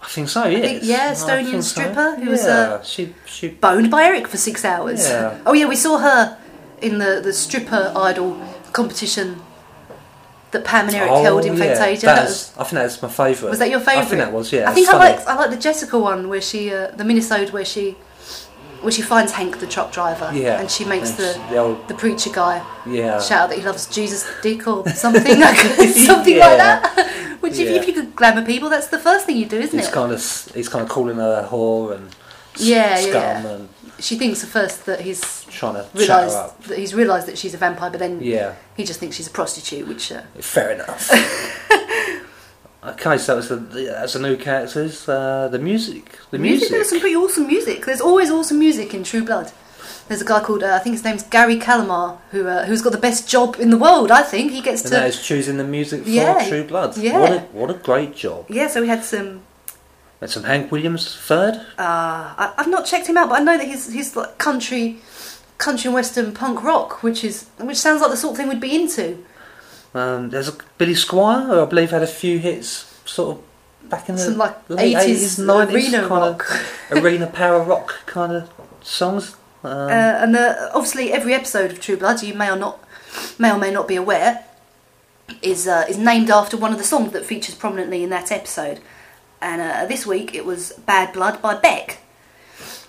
S2: I think so. Yes.
S1: think- yeah,
S2: I
S1: Estonian
S2: think
S1: stripper who was,
S2: yeah,
S1: uh,
S2: she she
S1: Boned by Eric for six hours.
S2: Yeah.
S1: Oh yeah, we saw her in the the stripper idol competition that Pam and Eric held in Fantasia.
S2: oh, That
S1: That
S2: is- I think that's my favourite.
S1: Was that your favourite?
S2: I think that was, yeah.
S1: I think I
S2: Stunning.
S1: like I like the Jessica one where she uh, the minisode where she where she finds Hank the truck driver.
S2: Yeah. Uh,
S1: And she makes
S2: And
S1: the
S2: she- the old-
S1: the preacher guy
S2: Yeah.
S1: shout out that he loves Jesus dick or something like something like that. Which if,
S2: Yeah.
S1: if you could glamour people, that's the first thing you do, isn't
S2: He's
S1: it?
S2: kind of he's kind of calling her a whore and s-
S1: Yeah,
S2: scum
S1: yeah.
S2: and
S1: She thinks at first that he's
S2: trying to chat her up.
S1: realised that he's realised that she's a vampire, but then
S2: Yeah,
S1: he just thinks she's a prostitute, which uh,
S2: fair enough. okay, so that was the, the that's the new characters. Uh, the music, the music.
S1: There's some pretty awesome music. There's always awesome music in True Blood. There's a guy called uh, I think his name's Gary Calamar who uh, who's got the best job in the world. I think he gets
S2: and that
S1: to
S2: is choosing the music for
S1: Yeah,
S2: True Blood.
S1: yeah.
S2: What a what a great job.
S1: yeah. So we had some.
S2: And some Hank Williams third.
S1: Uh, I, I've not checked him out, but I know that he's he's like country, country and western punk rock, which is which sounds like the sort of thing we'd be into.
S2: Um, there's a Billy Squire, who I believe had a few hits sort of back in the
S1: Some, like,
S2: late 80s,
S1: 80s
S2: 90s
S1: arena
S2: kind
S1: rock.
S2: of arena power rock kind of songs. Um,
S1: Uh, and uh obviously, every episode of True Blood, you may or not may or may not be aware, is uh, is named after one of the songs that features prominently in that episode. And uh, this week, it was "Bad Blood" by Beck.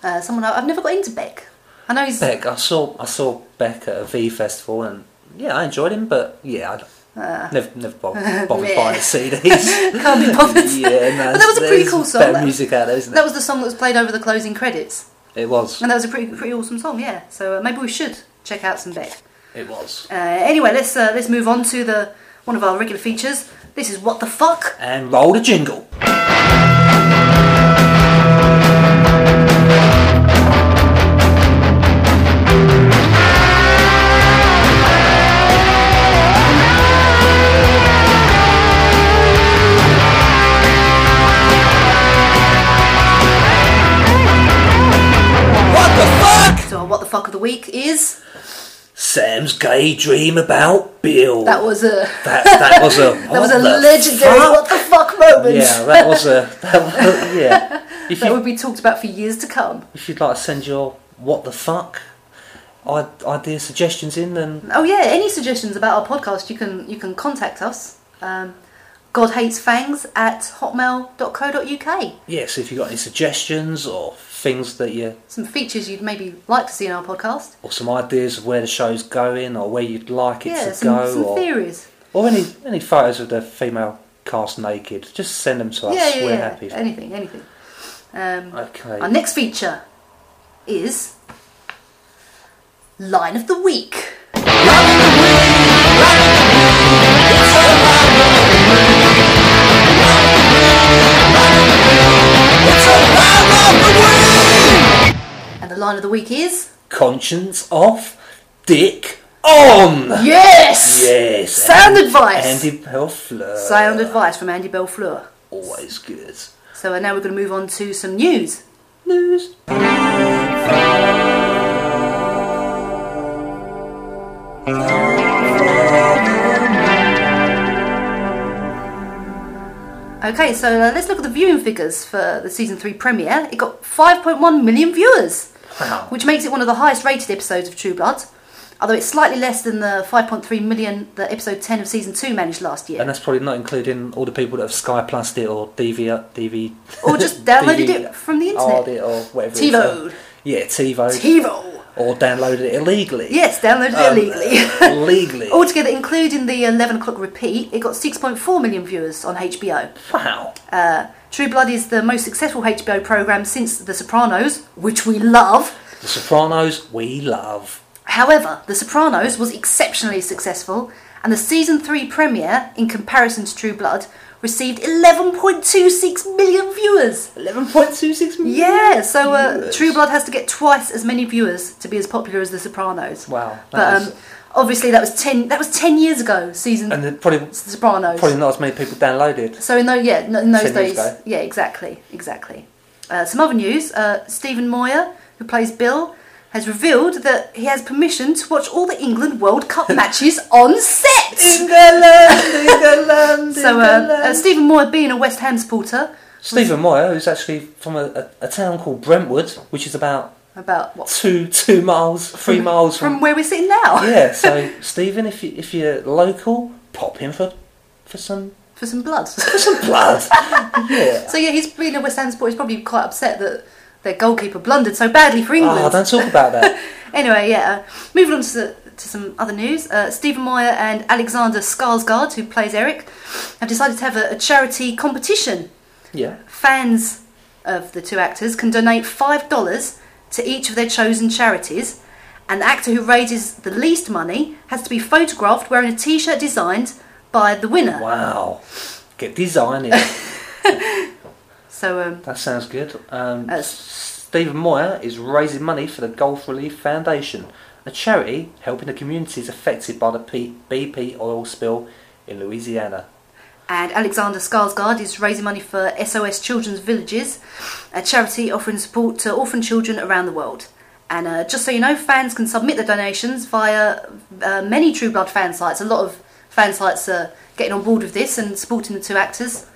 S1: Uh, someone I, I've never got into Beck. I know he's
S2: Beck, I saw I saw Beck at a V festival, and yeah, I enjoyed him, but yeah, I never never bothered, bothered buying the CDs.
S1: Ah. can't be bothered.
S2: yeah, no,
S1: But that was a pretty
S2: there's
S1: cool song.
S2: Better
S1: That,
S2: music out there, isn't
S1: that was the song that was played over the closing credits,
S2: it? It was.
S1: and that was a pretty pretty awesome song. Yeah, so uh, maybe we should check out some Beck.
S2: It was.
S1: Uh, anyway, let's uh, let's move on to the one of our regular features. This is what the fuck.
S2: And roll the jingle. What the fuck?
S1: So our what the fuck of the week is
S2: Sam's gay dream about Bill.
S1: that was uh, a.
S2: that, that was a
S1: That was a
S2: the
S1: legendary
S2: fuck?
S1: what the fuck moment.
S2: Yeah, that was a that was, yeah. If
S1: that
S2: you
S1: would be talked about for years to come.
S2: if you'd like to send your what the fuck i- idea suggestions in, then
S1: Oh yeah, any suggestions about our podcast, you can you can contact us. Um, God hates fangs at hotmail.co.uk.
S2: yes, if you've got any suggestions or things that you
S1: Some features you'd maybe like to see in our podcast.
S2: or some ideas of where the show's going or where you'd like it
S1: yeah,
S2: to
S1: some,
S2: go
S1: some
S2: or
S1: theories.
S2: or any any photos of the female cast naked, just send them to us.
S1: yeah, yeah,
S2: We're
S1: yeah.
S2: happy.
S1: Anything, anything. Um,
S2: Okay.
S1: Our next feature is line of the week. And the line of the week is
S2: Conscience off, dick on.
S1: yes.
S2: Yes.
S1: Sound
S2: and-
S1: advice.
S2: Andy Pelfleur.
S1: Sound advice from Andy Belfleur.
S2: Always good.
S1: So uh, now we're going to move on to some news.
S2: News.
S1: Okay, so uh, let's look at the viewing figures for the season three premiere. It got 5.1 million viewers.
S2: Wow.
S1: which makes it one of the highest rated episodes of True Blood, although it's slightly less than the 5.3 million that episode 10 of season 2 managed last year.
S2: And that's probably not including all the people that have Sky Plus it or DV, DV
S1: Or just downloaded
S2: DV
S1: it from the internet.
S2: R'd it or whatever. it's,
S1: TiVo'd.
S2: uh, Yeah, TiVo.
S1: TiVo!
S2: or downloaded it illegally.
S1: Yes, downloaded
S2: Um,
S1: it illegally.
S2: illegally.
S1: Altogether, including the 11 o'clock repeat, it got 6.4 million viewers on HBO.
S2: Wow.
S1: Uh, True Blood is the most successful HBO programme since The Sopranos, which we love.
S2: The Sopranos, we love.
S1: However, The Sopranos was exceptionally successful and the season 3 premiere, in comparison to True Blood, received 11.26 million viewers.
S2: 11.26 million.
S1: Yeah, so uh,
S2: viewers.
S1: True Blood has to get twice as many viewers to be as popular as The Sopranos.
S2: Wow. that
S1: But
S2: is-
S1: um, obviously that was 10 that was 10 years ago, season
S2: and then probably
S1: The Sopranos.
S2: probably not as many people downloaded.
S1: So in those, yeah, no- in those
S2: Ten years
S1: days,
S2: ago.
S1: yeah, exactly, exactly. Uh, some other news: uh, Stephen Moyer, who plays Bill, has revealed that he has permission to watch all the England World Cup matches on set. So uh, uh, Stephen Moyer, being a West Ham supporter,
S2: Stephen Moyer, who's actually from a, a, a town called Brentwood, which is about
S1: about what
S2: two two miles, three miles from.
S1: from where we're sitting now,
S2: yeah. So Stephen, if you if you're local, pop in for for some
S1: for some blood.
S2: for some blood. yeah.
S1: so yeah, he's being a West Ham supporter. He's probably quite upset that their goalkeeper blundered so badly for England.
S2: Oh, don't talk about that.
S1: Anyway, yeah. uh, Moving on to, the- to some other news. Uh, Stephen Moyer and Alexander Skarsgård, who plays Eric, have decided to have a, a charity competition.
S2: Yeah.
S1: Fans of the two actors can donate five dollars to each of their chosen charities, and the actor who raises the least money has to be photographed wearing a T-shirt designed by the winner.
S2: Wow. Get designing.
S1: So, um,
S2: That sounds good. Um,
S1: That's-
S2: Stephen Moyer is raising money for the Gulf Relief Foundation, a charity helping the communities affected by the P- BP oil spill in Louisiana.
S1: and Alexander Skarsgård is raising money for SOS Children's Villages, a charity offering support to orphan children around the world. And uh, just so you know, fans can submit their donations via uh, many True Blood fan sites. A lot of fan sites are getting on board with this and supporting the two actors.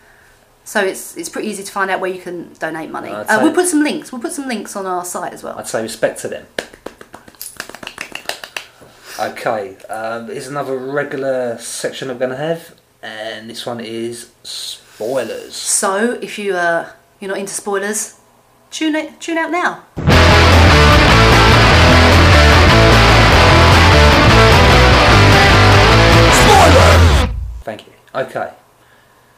S1: So it's it's pretty easy to find out where you can donate money.
S2: I'd
S1: Uh,
S2: say-
S1: we'll put some links. We'll put some links on our site as well.
S2: I'd say respect to them. Okay, um, here's another regular section I'm going to have, and this one is spoilers.
S1: So if you uh, you're not into spoilers, tune it, tune out now.
S2: Thank you. Okay,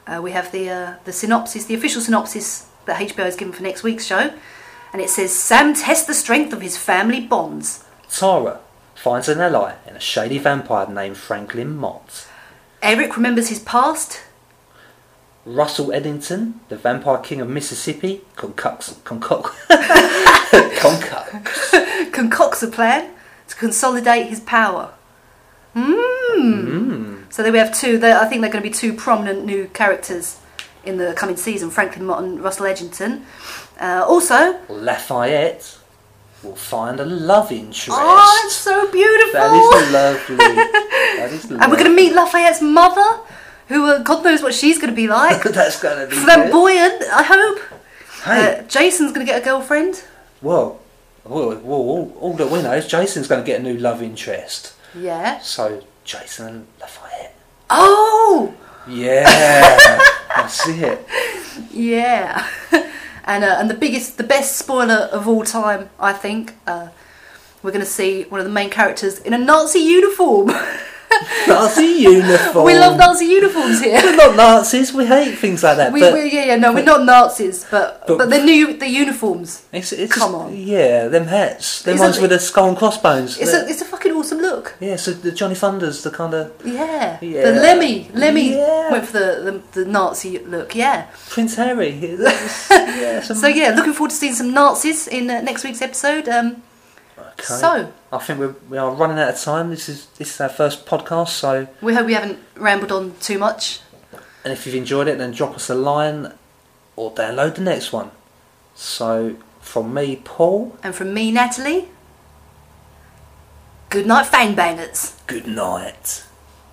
S1: Uh, we have the uh, the synopsis, the official synopsis that HBO has given for next week's show, and it says Sam tests the strength of his family bonds.
S2: Tara finds an ally in a shady vampire named Franklin Mott.
S1: Eric remembers his past.
S2: Russell Eddington, the Vampire King of Mississippi, concocts concoct concoct.
S1: concocts a plan to consolidate his power.
S2: Hmm.
S1: Mm. So there we have two. There, I think they're going to be two prominent new characters in the coming season: Franklin Mott and Russell Edgerton. Uh, also,
S2: Lafayette will find a love interest.
S1: oh, it's so beautiful.
S2: that is lovely. That is lovely.
S1: and we're going to meet Lafayette's mother, who uh, God knows what she's going to be like.
S2: That's gonna be good.
S1: flamboyant, I hope.
S2: Hey,
S1: Uh, Jason's going to get a girlfriend.
S2: well, well, well, all, all that we know is Jason's going to get a new love interest.
S1: Yeah.
S2: So Jason and Lafayette.
S1: Oh!
S2: Yeah, that's it.
S1: Yeah. and, uh, and the biggest, the best spoiler of all time, I think, uh, we're going to see one of the main characters in a Nazi uniform.
S2: Nazi uniform.
S1: we love Nazi uniforms here.
S2: We're not Nazis. We hate things like that.
S1: We,
S2: but
S1: we, yeah, yeah, no, we're not Nazis, but but,
S2: But-
S1: the new the uniforms.
S2: It's, it's
S1: Come
S2: just-
S1: on.
S2: Yeah, them hats. Them
S1: It's
S2: ones
S1: a-
S2: with the skull and crossbones.
S1: It's a
S2: The-
S1: it's a fucking awesome look.
S2: yeah, so the Johnny Thunders, the kind of
S1: Yeah.
S2: Yeah.
S1: The Lemmy Lemmy
S2: Yeah.
S1: went for the, the the Nazi look. Yeah.
S2: Prince Harry. It's- yeah, some-
S1: So yeah, looking forward to seeing some Nazis in uh, next week's episode. Um,
S2: Okay.
S1: So
S2: I think we're, we are running out of time. This is this is our first podcast, so
S1: we hope we haven't rambled on too much.
S2: and if you've enjoyed it, then drop us a line or download the next one. So from me, Paul.
S1: And from me, Natalie. Good night, fangbangers.
S2: Good night.